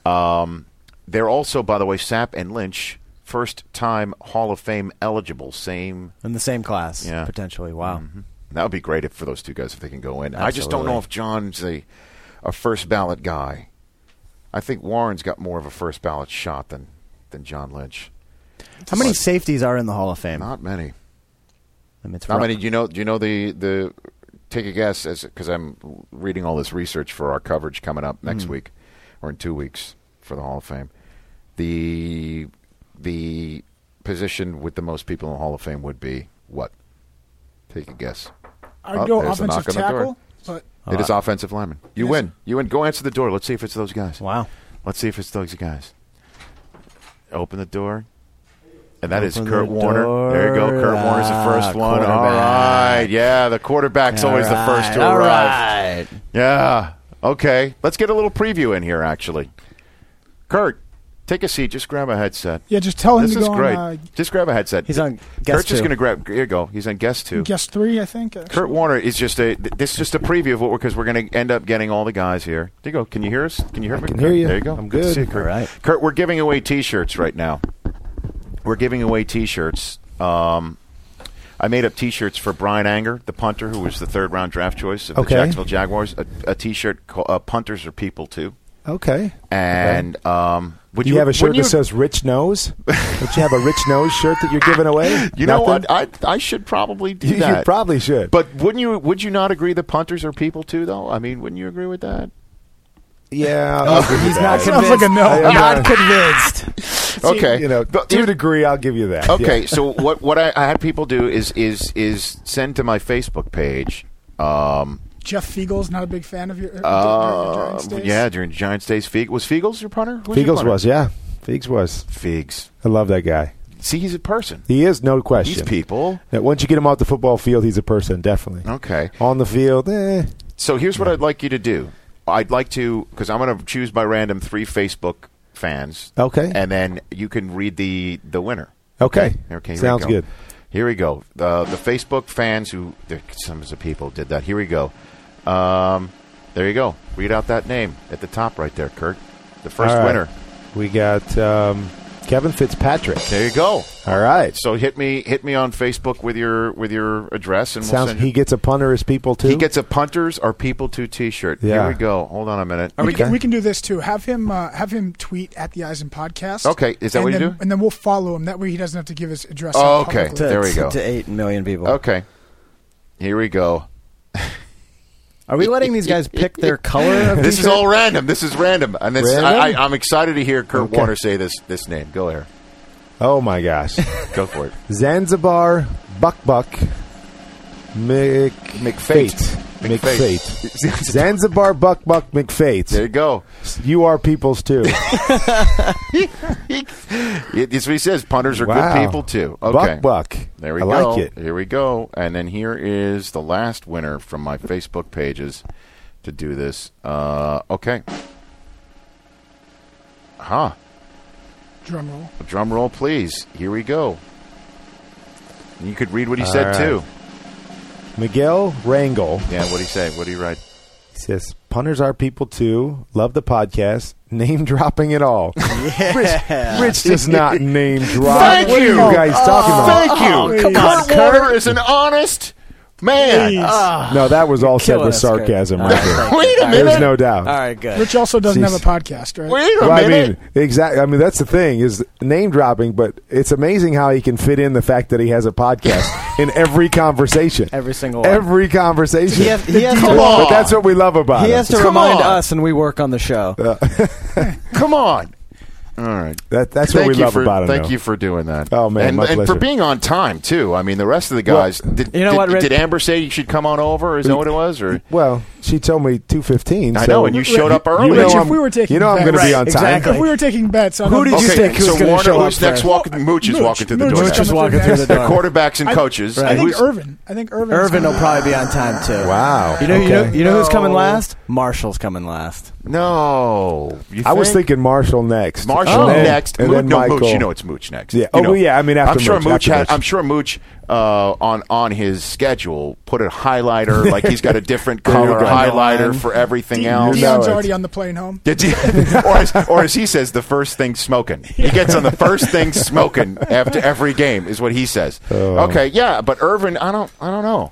Speaker 8: Um, they're also, by the way, Sapp and Lynch, first time Hall of Fame eligible. Same.
Speaker 6: In the same class,
Speaker 8: Yeah.
Speaker 6: potentially. Wow.
Speaker 5: Mm-hmm.
Speaker 8: Mm-hmm. That would be great if, for those two guys if they can go in. I just don't
Speaker 6: Absolutely.
Speaker 8: know if John's a, a first ballot guy. I think Warren's got more of a first ballot shot than than John Lynch.
Speaker 6: How many safeties are in the Hall of Fame?
Speaker 8: Not many.
Speaker 6: I mean, it's
Speaker 8: How
Speaker 6: rough.
Speaker 8: many? Do you know? Do you know the the? Take a guess, as because I'm reading all this research for our coverage coming up next week.
Speaker 5: or in two weeks for the Hall of Fame. The the position with the most people in the Hall of Fame would be what? Take a guess.
Speaker 7: I'd
Speaker 5: Oh,
Speaker 7: go
Speaker 5: there's a knock
Speaker 7: offensive
Speaker 5: on the door.
Speaker 7: tackle, but
Speaker 5: It
Speaker 6: Uh,
Speaker 5: is offensive lineman. You win. You win. Go answer the door. Let's see if it's those guys.
Speaker 6: Wow.
Speaker 5: Let's see if it's those guys. Open the door. And that is
Speaker 6: Open
Speaker 5: Kurt
Speaker 6: the
Speaker 5: Warner. There you go.
Speaker 6: door.
Speaker 5: Kurt Warner's the first
Speaker 6: Ah,
Speaker 5: one. All
Speaker 6: quarterback.
Speaker 5: right. Yeah, the quarterback's always the first to
Speaker 6: All
Speaker 5: arrive.
Speaker 6: right.
Speaker 5: Yeah. Okay. Let's get a little preview in here, actually. Kurt, take a seat. Just grab a headset.
Speaker 7: yeah, just tell him
Speaker 5: this
Speaker 7: to
Speaker 5: is
Speaker 7: go
Speaker 5: great.
Speaker 7: on uh,
Speaker 5: just grab a headset.
Speaker 6: He's on guest
Speaker 5: Kurt's just
Speaker 6: two.
Speaker 5: going to grab. Here you go. He's on guest
Speaker 7: uh,
Speaker 5: two.
Speaker 7: guest three, I think. uh, actually.
Speaker 5: Kurt Warner is just a. th- This is just a preview of what we're because we're going to end up getting all the guys here. There you go. Can you hear us? Can you hear me?
Speaker 6: can hear you.
Speaker 5: There you go.
Speaker 6: I'm
Speaker 5: to
Speaker 6: good.
Speaker 5: see you, Kurt.
Speaker 6: All right.
Speaker 5: Kurt, we're giving away T-shirts right now. We're giving away T-shirts. Um, I made up T-shirts for Brian Anger, the punter who was the third round draft choice of the
Speaker 6: Okay.
Speaker 5: Jacksonville Jaguars. A, a T-shirt. Called, uh, Punters are people too.
Speaker 4: Okay.
Speaker 5: And um, would
Speaker 4: Do you, have a shirt
Speaker 5: wouldn't
Speaker 4: that
Speaker 5: you-
Speaker 4: says "Rich Nose"? Don't you have a "Rich Nose" shirt that you're giving away?
Speaker 5: You know
Speaker 4: Nothing?
Speaker 5: what? I I should probably do
Speaker 4: You, you
Speaker 5: that.
Speaker 4: probably should.
Speaker 5: But wouldn't you? Would you not agree that punters are people too? Though I mean, wouldn't you agree with that?
Speaker 4: yeah, I'll give you
Speaker 6: He's
Speaker 4: that.
Speaker 6: not
Speaker 7: Sounds
Speaker 6: convinced.
Speaker 7: like a no.
Speaker 4: I am
Speaker 6: not convinced.
Speaker 5: Okay,
Speaker 4: You know,
Speaker 5: But
Speaker 4: to
Speaker 5: here-
Speaker 4: a degree, I'll give you that.
Speaker 5: Okay,
Speaker 4: Yeah.
Speaker 5: so what what I, I had people do is is is send to my Facebook page. Um,
Speaker 7: Jeff Fiegel's not a big fan of your. during- during
Speaker 5: uh,
Speaker 7: Giants days.
Speaker 5: yeah, during Giants days, Feig was Feagles your punter? Who your
Speaker 4: Fiegel's
Speaker 5: punter?
Speaker 4: was, yeah. Fiegel's was.
Speaker 5: Feags.
Speaker 4: I love that guy.
Speaker 5: See, he's a person.
Speaker 4: He is, no question.
Speaker 5: He's people.
Speaker 4: Now, once you get him off the football field, he's a person, definitely.
Speaker 5: Okay.
Speaker 4: On the field, eh.
Speaker 5: So here's what I'd like you to do. I'd like to because I'm going to choose by random three Facebook fans.
Speaker 4: Okay.
Speaker 5: and then you can read the the winner.
Speaker 4: Okay.
Speaker 5: Okay. here we
Speaker 4: Sounds
Speaker 5: go.
Speaker 4: good.
Speaker 5: Here we go. Uh, the Facebook fans who there, some of the people did that. Here we go. Um, there you go. Read out that name at the top right there, Kurt. The first
Speaker 4: All right.
Speaker 5: winner.
Speaker 4: We got um, Kevin Fitzpatrick.
Speaker 5: There you go.
Speaker 4: All right.
Speaker 5: So hit me hit me on Facebook with your with your address and we'll
Speaker 4: Sounds
Speaker 5: send
Speaker 4: he
Speaker 5: you.
Speaker 4: gets a punter as people too.
Speaker 5: He gets a punters or people to T-shirt. Here
Speaker 4: Yeah.
Speaker 5: we go. Hold on a minute.
Speaker 7: We,
Speaker 4: Okay.
Speaker 7: can, we can do this too. Have him uh, have him tweet at the Eisen podcast.
Speaker 5: Okay, is that
Speaker 7: and
Speaker 5: what you
Speaker 7: then,
Speaker 5: do?
Speaker 7: And then we'll follow him. That way he doesn't have to give his address.
Speaker 5: Oh,
Speaker 7: out
Speaker 5: okay.
Speaker 7: publicly.
Speaker 5: To- There we go.
Speaker 6: To eight million people.
Speaker 5: Okay. Here we go.
Speaker 6: Are we letting these guys pick their color? Of
Speaker 5: This is
Speaker 6: t-shirt?
Speaker 5: all random. This is random, and this
Speaker 4: Random?
Speaker 5: I, I, I'm excited to hear Kurt
Speaker 4: Okay.
Speaker 5: Warner say this this name. Go here.
Speaker 4: oh my gosh.
Speaker 5: Go for it.
Speaker 4: Zanzibar Buck Buck Mc
Speaker 5: McFate.
Speaker 4: McFate.
Speaker 5: McFate.
Speaker 4: Zanzibar Buck Buck
Speaker 5: There you
Speaker 4: McFate.
Speaker 5: go.
Speaker 4: You are people's too.
Speaker 5: It- It's what he says. Punters are
Speaker 4: Wow.
Speaker 5: good people too. Okay.
Speaker 4: Buck Buck.
Speaker 5: There we
Speaker 4: I
Speaker 5: go.
Speaker 4: like it.
Speaker 5: Here we go. And then here is the last winner from my Facebook pages to do this. Uh, okay. Huh.
Speaker 7: Drum roll.
Speaker 5: Drum roll, please. Here we go. And you could read what he
Speaker 4: All
Speaker 5: said
Speaker 4: right.
Speaker 5: too.
Speaker 4: Miguel Rangel
Speaker 5: Yeah. What would he say? What did he write?
Speaker 4: says, "Punters are people too. Love the podcast. Name dropping it all. Rich, Rich does not name drop.
Speaker 5: Thank
Speaker 4: what
Speaker 5: you.
Speaker 4: are you guys talking about? Oh,
Speaker 5: Thank you.
Speaker 7: come
Speaker 5: Kurt Warner is an honest man. Ah.
Speaker 7: Please.
Speaker 4: No, that was all said
Speaker 6: Killing
Speaker 4: with
Speaker 6: us, Kurt.
Speaker 4: sarcasm
Speaker 6: All
Speaker 4: right there.
Speaker 5: Wait a minute.
Speaker 4: There's no doubt.
Speaker 5: Uh,
Speaker 6: All right, good.
Speaker 7: Rich also doesn't
Speaker 4: Jeez.
Speaker 7: have a podcast, right?
Speaker 5: Wait a
Speaker 4: Well, I
Speaker 5: minute.
Speaker 4: mean, exactly. I mean, that's the thing is name dropping, but it's amazing how he can fit in the fact that he has a podcast in every conversation,
Speaker 6: Every single one.
Speaker 4: every conversation.
Speaker 6: He has- he has
Speaker 4: But-
Speaker 6: to-
Speaker 4: But that's what we love about
Speaker 6: He
Speaker 4: him.
Speaker 6: has to
Speaker 5: Come
Speaker 6: remind
Speaker 5: on.
Speaker 6: us, and we work on the show.
Speaker 5: Come on. All right.
Speaker 4: That, that's
Speaker 5: thank
Speaker 4: what we
Speaker 5: you
Speaker 4: love
Speaker 5: for,
Speaker 4: about him.
Speaker 5: Thank
Speaker 4: though.
Speaker 5: you for doing that.
Speaker 4: Oh, man,
Speaker 5: and,
Speaker 4: my
Speaker 5: and for
Speaker 4: pleasure.
Speaker 5: being on time too. I mean, the rest of the guys. did,
Speaker 6: You know
Speaker 5: did,
Speaker 6: what, Rich?
Speaker 5: did Amber say you should come on over? Is that what it was? Or
Speaker 4: Well, she told me two fifteen.
Speaker 5: I know, and you showed up early.
Speaker 4: You know
Speaker 7: Rich, if
Speaker 4: I'm-
Speaker 7: we were taking
Speaker 4: you know I'm
Speaker 7: bets-
Speaker 4: going to be
Speaker 6: Right,
Speaker 4: on time.
Speaker 6: exactly.
Speaker 7: If we were taking bets, on
Speaker 6: Who did you
Speaker 5: okay,
Speaker 6: think who's
Speaker 5: so
Speaker 6: gonna
Speaker 5: Warner,
Speaker 6: show
Speaker 5: who's
Speaker 6: up
Speaker 5: next?
Speaker 6: there?
Speaker 5: Walking, Mooch is
Speaker 7: Mooch,
Speaker 5: walking through the
Speaker 7: Mooch
Speaker 5: door.
Speaker 7: is
Speaker 5: next.
Speaker 7: coming walking through the
Speaker 5: The
Speaker 6: door.
Speaker 5: quarterbacks and coaches.
Speaker 7: I
Speaker 5: And
Speaker 7: think
Speaker 5: who's-
Speaker 7: Irvin. I think Irvin.
Speaker 6: Irvin will probably be on time too.
Speaker 4: Wow.
Speaker 6: You know, you know,
Speaker 4: Okay.
Speaker 6: you know who's coming
Speaker 5: No.
Speaker 6: last? Marshall's coming last.
Speaker 5: no, You
Speaker 4: I was
Speaker 5: think?
Speaker 4: thinking Marshall next.
Speaker 5: Marshall
Speaker 4: And then-
Speaker 5: next.
Speaker 4: and
Speaker 5: Mooch-
Speaker 4: then
Speaker 5: no,
Speaker 4: Michael.
Speaker 5: Mooch. You know it's Mooch next.
Speaker 4: Yeah.
Speaker 5: You
Speaker 4: Oh,
Speaker 5: know.
Speaker 4: well, yeah, I mean, after
Speaker 5: I'm sure
Speaker 4: Mooch,
Speaker 5: Mooch.
Speaker 4: after
Speaker 5: had,
Speaker 4: Mooch.
Speaker 5: I'm sure Mooch uh, on on his schedule put a highlighter like he's got a different
Speaker 4: you
Speaker 5: color
Speaker 4: go.
Speaker 5: highlighter for everything else.
Speaker 4: You know
Speaker 7: Dion's
Speaker 4: it.
Speaker 7: already on the plane home.
Speaker 5: Did you- or, as, or as he says, the first thing smoking. He gets on the first thing smoking after every game is what he says.
Speaker 4: Oh.
Speaker 5: Okay, yeah, but Irvin, I don't, I don't know,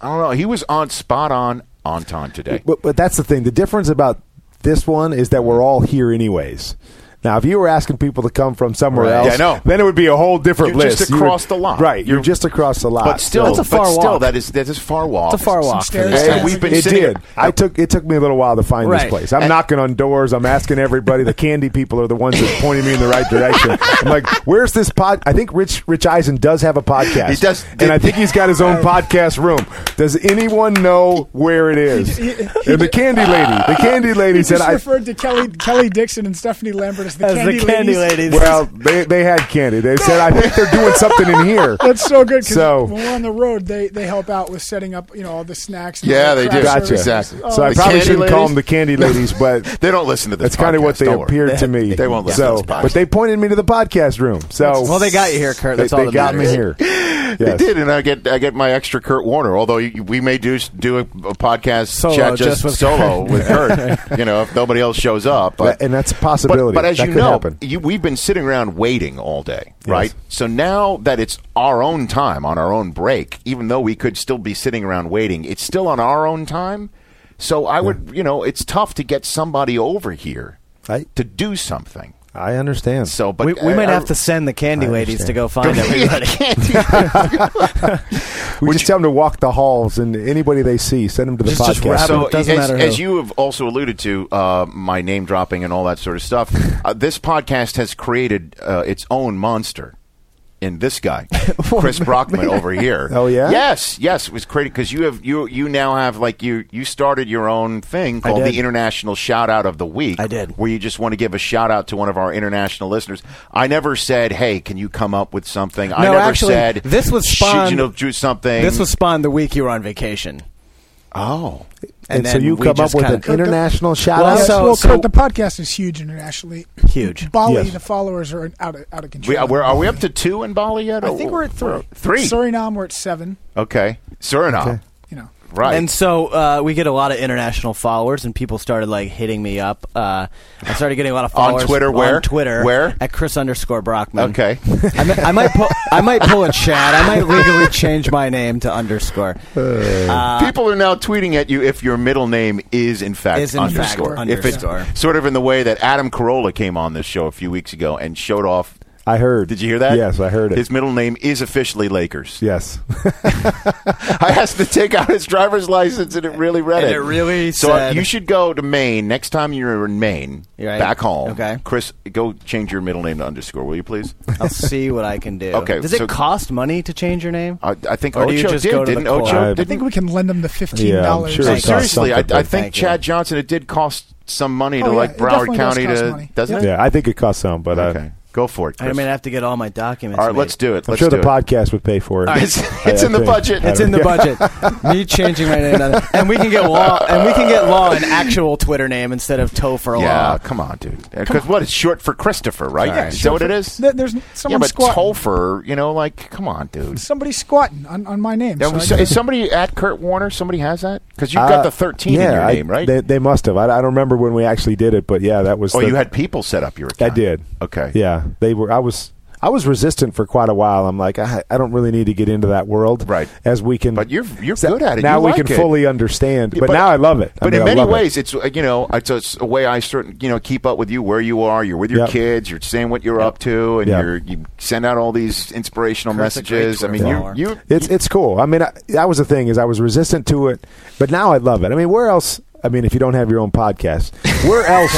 Speaker 5: I don't know. He was on spot on on time today.
Speaker 4: But, but that's the thing. The difference about this one is that we're all here anyways. Now, if you were asking people to come from somewhere
Speaker 5: Right.
Speaker 4: else,
Speaker 5: Yeah, I know.
Speaker 4: then it would be a whole different
Speaker 5: You're
Speaker 4: list.
Speaker 5: just
Speaker 4: You would-
Speaker 5: across the lot.
Speaker 4: right? You're,
Speaker 5: You're-
Speaker 4: just across the lot.
Speaker 5: But still,
Speaker 4: So-
Speaker 5: but still, that is that is far walk.
Speaker 6: It's a far Some walk.
Speaker 5: And
Speaker 6: stairs.
Speaker 5: and we've been
Speaker 4: it
Speaker 5: sitting.
Speaker 4: did. I took it took me a little while to find
Speaker 5: Right.
Speaker 4: this place. I'm
Speaker 5: And-
Speaker 4: knocking on doors. I'm asking everybody. The candy people are the ones that pointed me in the right direction. I'm like, "Where's this pod?" I think Rich Rich Eisen does have a podcast.
Speaker 5: He does.
Speaker 4: and I think he's got his own podcast room. Does anyone know where it is?
Speaker 7: He- he-
Speaker 4: and the candy lady. The candy lady
Speaker 7: He
Speaker 4: said,
Speaker 7: just
Speaker 4: "I."
Speaker 7: referred to Kelly Kelly Dixon and Stephanie Lambert as the
Speaker 6: As the
Speaker 7: candy,
Speaker 6: candy ladies.
Speaker 4: Well, they, they had candy. They said, I think they're doing something in here.
Speaker 7: That's so good. 'cause
Speaker 4: So-
Speaker 7: when we're on the road, they, they help out with setting up, you know, all the snacks. And
Speaker 5: Yeah,
Speaker 7: all the
Speaker 5: they do.
Speaker 7: craft
Speaker 4: Gotcha.
Speaker 7: services.
Speaker 5: Exactly.
Speaker 7: Oh,
Speaker 4: So I
Speaker 5: The
Speaker 4: probably
Speaker 5: candy
Speaker 4: shouldn't call
Speaker 5: ladies?
Speaker 4: them the candy ladies, but
Speaker 5: They don't listen to this.
Speaker 4: that's kind of what
Speaker 5: podcast,
Speaker 4: they
Speaker 5: don't worry.
Speaker 4: appeared to me.
Speaker 5: They won't listen
Speaker 4: so,
Speaker 5: to this podcast.
Speaker 4: But they pointed me to the podcast room. So
Speaker 6: Well, they got you here, Kurt.
Speaker 4: They,
Speaker 6: That's all
Speaker 4: they
Speaker 6: that
Speaker 4: got me here.
Speaker 6: matters.
Speaker 4: Yes.
Speaker 5: They did, and I get I get my extra Kurt Warner. Although you- we may do do a, a podcast
Speaker 6: Solo,
Speaker 5: chat
Speaker 6: just with
Speaker 5: solo with Kurt. you know, if nobody else shows up, but,
Speaker 4: and that's a possibility.
Speaker 5: but, but as
Speaker 4: That
Speaker 5: you
Speaker 4: could
Speaker 5: know,
Speaker 4: happen.
Speaker 5: you, we've been sitting around waiting all day,
Speaker 4: Yes.
Speaker 5: right? So now that it's our own time on our own break, even though we could still be sitting around waiting, it's still on our own time. So I would, you know, it's tough to get somebody over here
Speaker 4: I,
Speaker 5: to do something.
Speaker 4: I understand.
Speaker 5: So, but
Speaker 6: we, we
Speaker 5: I-
Speaker 6: might
Speaker 5: I-
Speaker 6: have to send the candy
Speaker 4: uh, I
Speaker 6: ladies
Speaker 4: understand.
Speaker 6: to go find everybody.
Speaker 4: we just tell them to walk the halls and anybody they see, send them to the
Speaker 6: Just- just
Speaker 4: podcast.
Speaker 6: wrap
Speaker 4: room.
Speaker 6: it
Speaker 5: so
Speaker 6: It doesn't
Speaker 5: as,
Speaker 6: matter
Speaker 5: as
Speaker 6: who.
Speaker 5: you have also alluded to uh, my name dropping and all that sort of stuff uh, this podcast has created uh, its own monster in this guy
Speaker 6: Oh,
Speaker 5: chris brockman over here
Speaker 4: Oh, yeah?
Speaker 5: yes yes it was created because you have you you now have like you you started your own thing called
Speaker 6: did.
Speaker 5: the international shout out of the week
Speaker 6: I did.
Speaker 5: where you just want to give a shout out to one of our international listeners i never said hey can you come up with something i
Speaker 6: No,
Speaker 5: never
Speaker 6: actually,
Speaker 5: said
Speaker 6: this was
Speaker 5: "Sh-
Speaker 6: spawned-
Speaker 5: you know do something
Speaker 6: this was spawned the week you were on vacation.
Speaker 5: oh
Speaker 4: and,
Speaker 6: and
Speaker 4: so
Speaker 6: then
Speaker 4: you
Speaker 6: we
Speaker 4: come up
Speaker 6: just
Speaker 4: with
Speaker 6: kinda-
Speaker 4: an international shout
Speaker 6: Well,
Speaker 4: out.
Speaker 7: Yes,
Speaker 6: so-
Speaker 7: well,
Speaker 6: so-
Speaker 7: Kurt, the podcast is huge internationally.
Speaker 6: Huge.
Speaker 7: Bali,
Speaker 4: Yes.
Speaker 7: the followers are out of, out of control.
Speaker 5: we, are, we're- are we up to two in Bali yet?
Speaker 6: I
Speaker 5: or-
Speaker 6: think we're at three.
Speaker 5: Three.
Speaker 7: Suriname, we're at seven.
Speaker 5: Okay. Suriname.
Speaker 7: You know,
Speaker 5: Right.
Speaker 6: And so uh, we get a lot of international followers, and people started like hitting me up. Uh, I started getting a lot of
Speaker 5: On
Speaker 6: followers
Speaker 5: Twitter, where?
Speaker 6: On Twitter,
Speaker 5: Where?
Speaker 6: At Chris underscore Brockman.
Speaker 5: okay.
Speaker 6: I, mi- I might pull. I might pull a chat. I might legally change my name to underscore.
Speaker 5: Uh. People are now tweeting at you if your middle name is in fact
Speaker 6: Is in fact
Speaker 5: underscore. if it's
Speaker 6: underscore.
Speaker 5: sort of in the way that Adam Carolla came on this show a few weeks ago and showed off.
Speaker 4: I heard.
Speaker 5: Did you hear that?
Speaker 4: Yes, I heard it.
Speaker 5: His middle name is officially Lakers.
Speaker 4: yes.
Speaker 5: I asked to take out his driver's license, and it really read
Speaker 6: And
Speaker 5: it.
Speaker 6: it really
Speaker 5: so uh,
Speaker 6: said-
Speaker 5: you should go to Maine next time you're in Maine,
Speaker 6: Right.
Speaker 5: back home.
Speaker 6: Okay.
Speaker 5: Chris, go change your middle name to underscore, will you please?
Speaker 6: I'll see what I can do.
Speaker 5: Okay,
Speaker 6: Does it
Speaker 5: so- Uh,
Speaker 6: cost money to change your name?
Speaker 5: I, I think
Speaker 6: Or do you
Speaker 5: Ocho
Speaker 6: just
Speaker 5: did,
Speaker 6: go to the
Speaker 5: didn't
Speaker 6: court?
Speaker 5: Ocho?
Speaker 4: I
Speaker 7: I think we can lend them the fifteen dollars.
Speaker 4: sure it
Speaker 6: Thank you.
Speaker 4: costs
Speaker 5: Seriously, I,
Speaker 4: something,
Speaker 5: I
Speaker 4: but-
Speaker 5: think
Speaker 6: Thank you.
Speaker 5: Chad Johnson. It did cost some money to
Speaker 7: Oh, yeah,
Speaker 5: like
Speaker 7: it
Speaker 5: Broward
Speaker 7: definitely does
Speaker 5: County
Speaker 7: cost
Speaker 5: to,
Speaker 7: money.
Speaker 5: doesn't it?
Speaker 4: Yeah, I think it costs some, but uh,
Speaker 5: Okay, go for it.
Speaker 6: I
Speaker 5: Chris.
Speaker 6: mean, I have to get all my documents.
Speaker 5: All right,
Speaker 6: made.
Speaker 5: let's do it.
Speaker 4: I'm
Speaker 5: Let's
Speaker 4: sure the
Speaker 5: do it.
Speaker 4: podcast would pay for it.
Speaker 5: It's,
Speaker 4: I-
Speaker 5: it's
Speaker 4: I
Speaker 5: in the
Speaker 4: think.
Speaker 5: budget.
Speaker 6: It's in the budget. Me changing my name, to- and we can get law, and we can get law an actual Twitter name instead of Topher
Speaker 5: Yeah,
Speaker 6: Law.
Speaker 5: come on, dude. Because what? It's short for Christopher, right?
Speaker 7: Yeah,
Speaker 5: is that
Speaker 7: short
Speaker 5: what it
Speaker 7: for-
Speaker 5: is?
Speaker 7: There- there's
Speaker 5: yeah,
Speaker 7: someone
Speaker 5: but
Speaker 7: squatting.
Speaker 5: Topher, you know, like, come on, dude.
Speaker 7: Somebody's squatting on, on my name.
Speaker 5: Now,
Speaker 7: so I
Speaker 5: so-
Speaker 7: gotta-
Speaker 5: is somebody at Kurt Warner? Somebody has that? Because you've
Speaker 4: Uh,
Speaker 5: got the 13
Speaker 4: yeah,
Speaker 5: in your
Speaker 4: I-
Speaker 5: name, right?
Speaker 4: They, they must have. I, I don't remember when we actually did it, but yeah, that was.
Speaker 5: oh,
Speaker 4: the-
Speaker 5: you had people set up your
Speaker 4: I
Speaker 5: account.
Speaker 4: did.
Speaker 5: Okay.
Speaker 4: Yeah, they were. I was. I was resistant for quite a while. I'm like, I, I don't really need to get into that world,
Speaker 5: Right.
Speaker 4: As we can,
Speaker 5: But you're- you're good at it.
Speaker 4: Now
Speaker 5: You
Speaker 4: we
Speaker 5: like
Speaker 4: can
Speaker 5: it.
Speaker 4: fully understand.
Speaker 5: Yeah,
Speaker 4: But,
Speaker 5: but-
Speaker 4: now I love it. I
Speaker 5: But in
Speaker 4: mean, I
Speaker 5: many
Speaker 4: love it.
Speaker 5: ways, it's uh, you know, it's a, s- a way I certain you know keep up with you where you are. You're with your
Speaker 4: Yep.
Speaker 5: kids. You're saying what you're up to, and
Speaker 4: Yep.
Speaker 5: you're you send out all these inspirational
Speaker 6: Kurt's a great
Speaker 5: messages. I
Speaker 6: Twitter
Speaker 5: mean, you
Speaker 6: follower.
Speaker 5: you
Speaker 4: It's it's cool. I mean, I, that was the thing is I was resistant to it, but now I love it. I mean, where else? I mean, if you don't have your own podcast, where else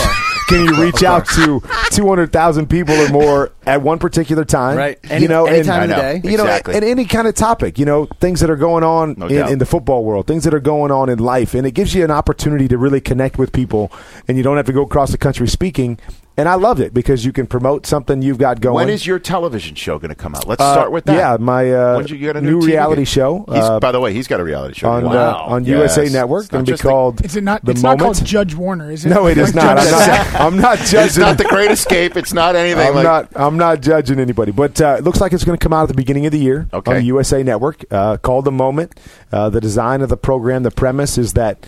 Speaker 4: can you reach out to two hundred thousand people or more at one particular time?
Speaker 6: Right.
Speaker 4: you
Speaker 6: Any-
Speaker 4: know,
Speaker 6: any
Speaker 4: and-
Speaker 6: time of the
Speaker 5: I know.
Speaker 6: day.
Speaker 4: You know,
Speaker 5: Exactly.
Speaker 4: and any kind of topic. You know, things that are going on
Speaker 5: No
Speaker 4: in,
Speaker 5: doubt.
Speaker 4: in the football world, things that are going on in life, and it gives you an opportunity to really connect with people, and you don't have to go across the country speaking. And I loved it because you can promote something you've got going.
Speaker 5: When is your television show going to come out? Let's
Speaker 4: Uh,
Speaker 5: start with that.
Speaker 4: yeah, my, uh,
Speaker 5: When'd get a
Speaker 4: new
Speaker 5: TV
Speaker 4: reality show,
Speaker 5: He's,
Speaker 4: uh,
Speaker 5: by the way, he's got a reality show
Speaker 4: on
Speaker 5: Wow.
Speaker 4: uh, on
Speaker 5: Yes.
Speaker 4: USA Network.
Speaker 5: It's
Speaker 4: Going
Speaker 5: not
Speaker 4: to be
Speaker 5: just the-
Speaker 4: called
Speaker 7: It's not.
Speaker 4: the
Speaker 7: It's
Speaker 4: moment.
Speaker 7: not called Judge Warner, is it?
Speaker 4: no, it is
Speaker 7: Like
Speaker 4: not.
Speaker 7: Judge
Speaker 4: I'm not.
Speaker 7: Zach.
Speaker 4: I'm not
Speaker 5: It's
Speaker 4: judging.
Speaker 5: not the Great Escape. It's not anything.
Speaker 4: I'm
Speaker 5: like,
Speaker 4: not. I'm not judging anybody, but uh, it looks like it's going to come out at the beginning of the year
Speaker 5: Okay.
Speaker 4: on the USA Network. Uh, called the moment. Uh, the design of the program, the premise is that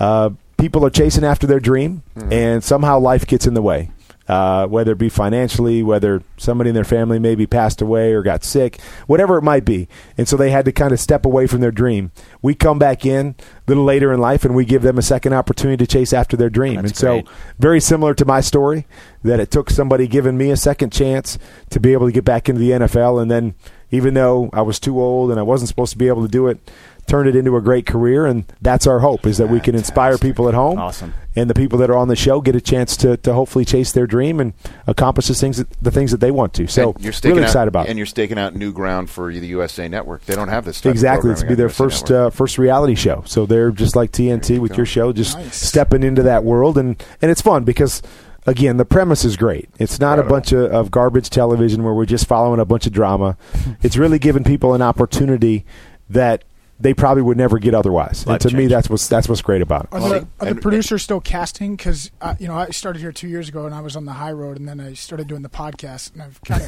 Speaker 4: uh, people are chasing after their dream, and somehow life gets in the way. uh, whether it be financially, whether somebody in their family maybe passed away or got sick, whatever it might be. And so they had to kind of step away from their dream. We come back in a little later in life and we give them a second opportunity to chase after their dream. and so, very similar to my story, that it took somebody giving me a second chance to be able to get back into the NFL. And then, even though I was too old and I wasn't supposed to be able to do it, turned it into a great career. And that's our hope is that we can inspire people at home.
Speaker 10: Awesome.
Speaker 4: And the people that are on the show get a chance to, to hopefully chase their dream and accomplish the things that, the things that they want to. So,
Speaker 5: And staking
Speaker 4: really
Speaker 5: out-
Speaker 4: excited about it.
Speaker 5: and you're staking out new ground for the USA Network. They don't have this. Type
Speaker 4: Exactly,
Speaker 5: of
Speaker 4: it's
Speaker 5: programming
Speaker 4: be
Speaker 5: on
Speaker 4: their
Speaker 5: USA
Speaker 4: first
Speaker 5: Network.
Speaker 4: uh, first reality show. So they're just like TNT with your show, just stepping into that world, and and it's fun because again the premise is great. It's not a bunch of, of garbage television where we're just following a bunch of drama. it's really giving people an opportunity that they probably would never get otherwise. and to me, that's what's that's what's great about it.
Speaker 7: Are the, are the producers still casting? Because uh, you know, I started here two years ago, and I was on the high road, and then I started doing the podcast, and I've kind of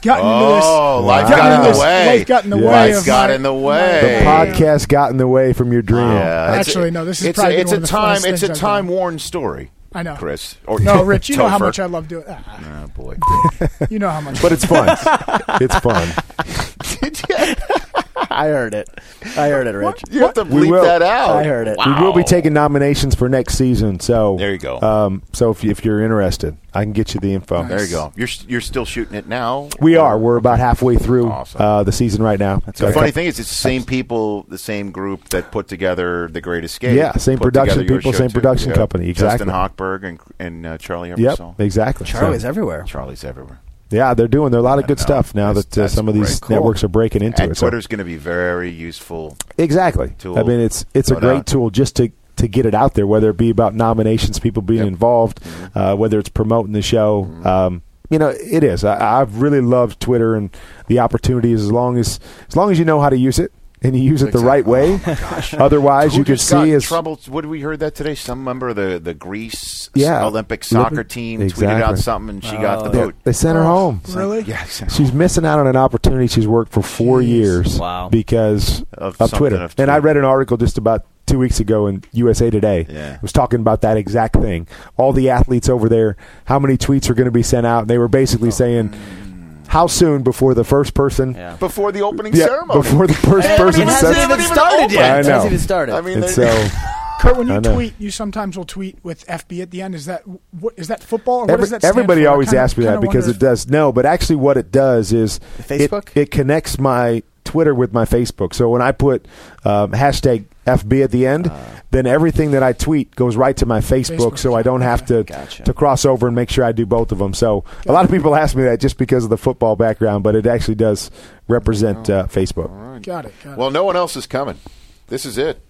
Speaker 7: gotten into this.
Speaker 5: Oh, life
Speaker 7: gotten
Speaker 5: got in
Speaker 7: into
Speaker 5: the
Speaker 7: this-
Speaker 5: way.
Speaker 7: Life got in the
Speaker 4: Yeah.
Speaker 7: way.
Speaker 4: Life
Speaker 7: of
Speaker 5: got
Speaker 7: my-
Speaker 5: in the
Speaker 7: my-
Speaker 5: way.
Speaker 4: the podcast got in the way from your dream.
Speaker 5: Yeah, it's-
Speaker 7: Actually, no, this is
Speaker 5: it's
Speaker 7: probably
Speaker 5: a, it's
Speaker 7: one
Speaker 5: a
Speaker 7: of the
Speaker 5: time
Speaker 7: funnest
Speaker 5: it's a
Speaker 7: things I've done.
Speaker 5: time worn story.
Speaker 7: I know.
Speaker 5: Chris.
Speaker 7: No, Rich, you know how
Speaker 5: Topher.
Speaker 7: much I love doing. ah,
Speaker 5: Oh boy,
Speaker 7: You know how much.
Speaker 4: But it's fun. it's fun.
Speaker 10: I heard it. I heard it, Rich.
Speaker 5: You have to
Speaker 4: We
Speaker 5: bleep
Speaker 4: will.
Speaker 5: that out.
Speaker 10: I heard it.
Speaker 4: We will be taking nominations for next season. So
Speaker 5: There you go.
Speaker 4: Um, so if, you- if you're interested, I can get you the info.
Speaker 5: There you go. You're you're still shooting it now.
Speaker 4: We are. We're about halfway through uh, the season right now.
Speaker 5: The funny thing is, it's the same people, the same group that put together the Great Escape.
Speaker 4: Yeah, same
Speaker 5: put
Speaker 4: production
Speaker 5: together your
Speaker 4: people,
Speaker 5: show,
Speaker 4: same
Speaker 5: too.
Speaker 4: production company, exactly.
Speaker 5: Justin Hochberg and and uh, Charlie
Speaker 4: Yep,
Speaker 5: Ebersol.
Speaker 4: exactly. Charlie's So-
Speaker 5: everywhere. Charlie's everywhere.
Speaker 4: Yeah, they're doing. There are a lot of good stuff now that uh, some of these networks are breaking into
Speaker 5: and
Speaker 4: it. so-
Speaker 5: Twitter's going to be very useful.
Speaker 4: Exactly.
Speaker 5: Tool.
Speaker 4: I mean, it's it's
Speaker 5: No
Speaker 4: a great
Speaker 5: doubt.
Speaker 4: tool just to to get it out there, whether it be about nominations, people being involved,
Speaker 5: Mm-hmm.
Speaker 4: uh, whether it's promoting the show. Um, you know, it is. I, I've really loved Twitter and the opportunities as long as as long as you know how to use it and you use it the right way. Otherwise,
Speaker 5: Oh, Who
Speaker 4: you can
Speaker 5: just got
Speaker 4: see
Speaker 5: in
Speaker 4: as
Speaker 5: trouble. What did we heard that today? Some member of the the Greece
Speaker 4: Yeah.
Speaker 5: Olympic soccer team tweeted
Speaker 4: Exactly.
Speaker 5: out something, and she got the
Speaker 4: They-
Speaker 5: vote.
Speaker 4: They sent her home.
Speaker 7: Oh,
Speaker 5: Really? Yeah, sent her
Speaker 4: She's missing out on an opportunity she's worked for four years
Speaker 5: Wow.
Speaker 4: because
Speaker 5: Of
Speaker 4: of,
Speaker 5: something
Speaker 4: Twitter.
Speaker 5: of
Speaker 4: And I read an article just about two weeks ago in USA Today.
Speaker 5: Yeah.
Speaker 4: It was talking about that exact thing. All the athletes over there, how many tweets are going to be sent out? And they were basically saying, how soon before the first person?
Speaker 5: before the opening
Speaker 4: Yeah,
Speaker 5: ceremony.
Speaker 4: before the first
Speaker 5: They haven't
Speaker 4: person
Speaker 5: even-
Speaker 4: says-
Speaker 5: they haven't
Speaker 4: It hasn't even started
Speaker 5: opened.
Speaker 4: yet. I know. It hasn't even started.
Speaker 5: I mean,
Speaker 4: And
Speaker 5: they-
Speaker 4: so-
Speaker 7: Kurt, when
Speaker 4: I
Speaker 7: you
Speaker 4: know.
Speaker 7: tweet, you sometimes will tweet with FB at the end. Is that what is that football? Or what
Speaker 4: Every-
Speaker 7: does that stand
Speaker 4: everybody
Speaker 7: for? I
Speaker 4: always
Speaker 7: kinda-
Speaker 4: asks me that
Speaker 7: kinda
Speaker 4: because
Speaker 7: wonder
Speaker 4: it does. No, but actually, what it does is it-
Speaker 7: Facebook?
Speaker 4: It, connects my Twitter with my Facebook. So when I put um, hashtag FB at the end, then everything that I tweet goes right to my Facebook, so I don't have to to cross over and make sure I do both of them. So a lot of people ask me that just because of the football background, but it actually does represent uh, Facebook.
Speaker 7: Got it. Got
Speaker 5: Well, no one else is coming. This is it.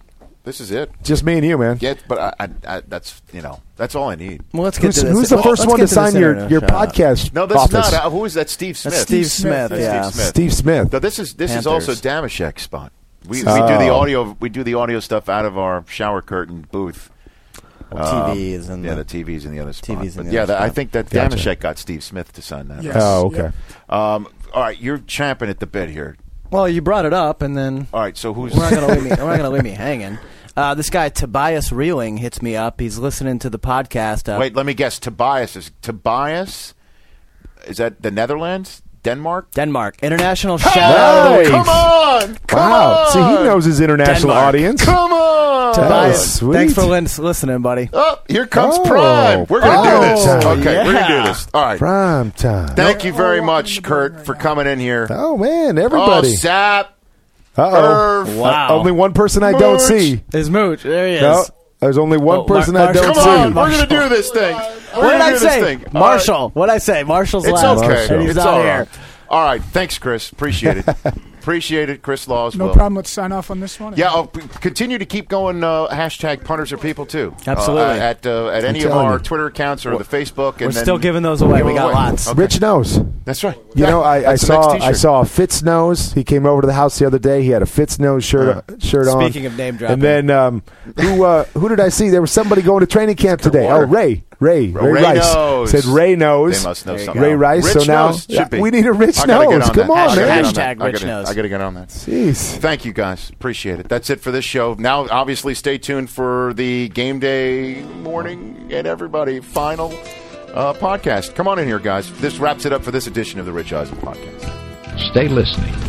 Speaker 5: This is it.
Speaker 4: Just me and you, man.
Speaker 5: Yeah, but I, I, I, that's you know that's all I need.
Speaker 4: Well, let's get Who's- to this. who's the Well, first let's one get to to this sign your- internet your shout out. podcast
Speaker 5: No, this is not.
Speaker 4: office?
Speaker 5: Uh, who is that? Steve Smith.
Speaker 10: That's Steve Smith,
Speaker 5: That's
Speaker 10: yeah.
Speaker 5: Steve Smith.
Speaker 4: Steve Smith.
Speaker 5: No, this is this is also Damashek's spot. We, we do the
Speaker 4: Oh.
Speaker 5: audio. We do the audio stuff out of our shower curtain booth.
Speaker 10: Well, TV is in
Speaker 5: yeah,
Speaker 10: the-
Speaker 5: the, TV's in the other spot.
Speaker 10: TV's in
Speaker 5: But
Speaker 10: the
Speaker 5: yeah,
Speaker 10: other
Speaker 5: that- I
Speaker 10: spot.
Speaker 5: think that
Speaker 10: Gotcha.
Speaker 5: Damashek got Steve Smith to sign that.
Speaker 10: Yes. Oh, okay.
Speaker 5: Um, all right, you're champing at the bit here.
Speaker 10: Well, you brought it up, and then
Speaker 5: All right, so who's
Speaker 10: we're not gonna leave me. We're not gonna leave me hanging. Uh, this guy Tobias Reeling hits me up. He's listening to the podcast. Uh,
Speaker 5: Wait, let me guess. Tobias is Tobias. Is that the Netherlands? Denmark?
Speaker 10: Denmark. International shout out of the week.
Speaker 5: Come on! Come
Speaker 4: wow.
Speaker 5: on!
Speaker 4: See, he knows his international
Speaker 10: Denmark.
Speaker 4: audience.
Speaker 5: Come on!
Speaker 10: Tobias,
Speaker 4: sweet.
Speaker 10: thanks for lin- listening, buddy.
Speaker 5: Oh, here comes
Speaker 4: Oh,
Speaker 5: Prime. We're gonna do this.
Speaker 4: Prime.
Speaker 5: Okay, we're gonna
Speaker 10: Yeah.
Speaker 5: do this. All right.
Speaker 4: Oh. Prime time.
Speaker 5: Thank you
Speaker 10: Oh,
Speaker 5: very much, Kurt, for coming in here.
Speaker 4: Oh man, everybody.
Speaker 5: Oh, Sap.
Speaker 4: Uh-oh.
Speaker 5: Irv.
Speaker 4: Uh, Only one person I don't
Speaker 5: Mooch.
Speaker 4: see.
Speaker 10: Is Mooch. There he is.
Speaker 4: No, there's only one
Speaker 10: Oh, Mar-
Speaker 4: person I
Speaker 10: Marshall.
Speaker 4: don't
Speaker 5: Come on,
Speaker 4: see.
Speaker 5: we're gonna do this thing. We're
Speaker 10: What did
Speaker 5: gonna
Speaker 10: I
Speaker 5: do
Speaker 10: say?
Speaker 5: This thing. All right.
Speaker 10: Marshall. What did I say? Marshall's
Speaker 5: It's
Speaker 10: last.
Speaker 5: okay.
Speaker 10: And he's
Speaker 5: It's
Speaker 10: not
Speaker 5: all
Speaker 10: here.
Speaker 5: right. All right. Thanks, Chris. Appreciate it. Appreciate it, Chris Laws.
Speaker 7: No
Speaker 5: Will.
Speaker 7: problem. Let's sign off on this one.
Speaker 5: Yeah, I'll p- continue to keep going. Uh, hashtag punters are people too.
Speaker 10: Absolutely.
Speaker 5: Uh, at uh, at any of
Speaker 4: telling
Speaker 5: our
Speaker 4: you.
Speaker 5: Twitter accounts or the Facebook. And
Speaker 10: We're
Speaker 5: then-
Speaker 10: still giving those away. We got lots.
Speaker 5: Okay.
Speaker 4: Rich knows.
Speaker 5: That's right.
Speaker 4: You know, I, I
Speaker 5: That's the next
Speaker 4: saw I
Speaker 5: t-shirt.
Speaker 4: saw a Fitz nose. He came over to the house the other day. He had a Fitz nose shirt
Speaker 5: Uh,
Speaker 4: shirt on.
Speaker 10: Speaking of name dropping.
Speaker 4: and then um, who uh, who did I see? There was somebody going to training camp today. Oh,
Speaker 5: water.
Speaker 4: Ray, Ray, Ray,
Speaker 5: Ray
Speaker 4: Rice
Speaker 5: knows.
Speaker 4: said Ray knows.
Speaker 5: They must know
Speaker 10: you
Speaker 5: something.
Speaker 4: Ray Rice.
Speaker 5: Rich
Speaker 4: so now
Speaker 5: knows. Should be.
Speaker 4: we need a Rich
Speaker 5: I gotta get
Speaker 4: nose.
Speaker 5: on
Speaker 4: Come
Speaker 5: that.
Speaker 4: on,
Speaker 5: I gotta
Speaker 4: man.
Speaker 5: get on that.
Speaker 10: Hashtag Rich
Speaker 5: I gotta,
Speaker 10: knows.
Speaker 5: I got to get on that.
Speaker 4: Jeez.
Speaker 5: Thank you guys. Appreciate it. That's it for this show. Now, obviously, stay tuned for the game day morning and everybody final uh, podcast. Come on in here, guys. This wraps it up for this edition of the Rich Eisen podcast.
Speaker 11: Stay listening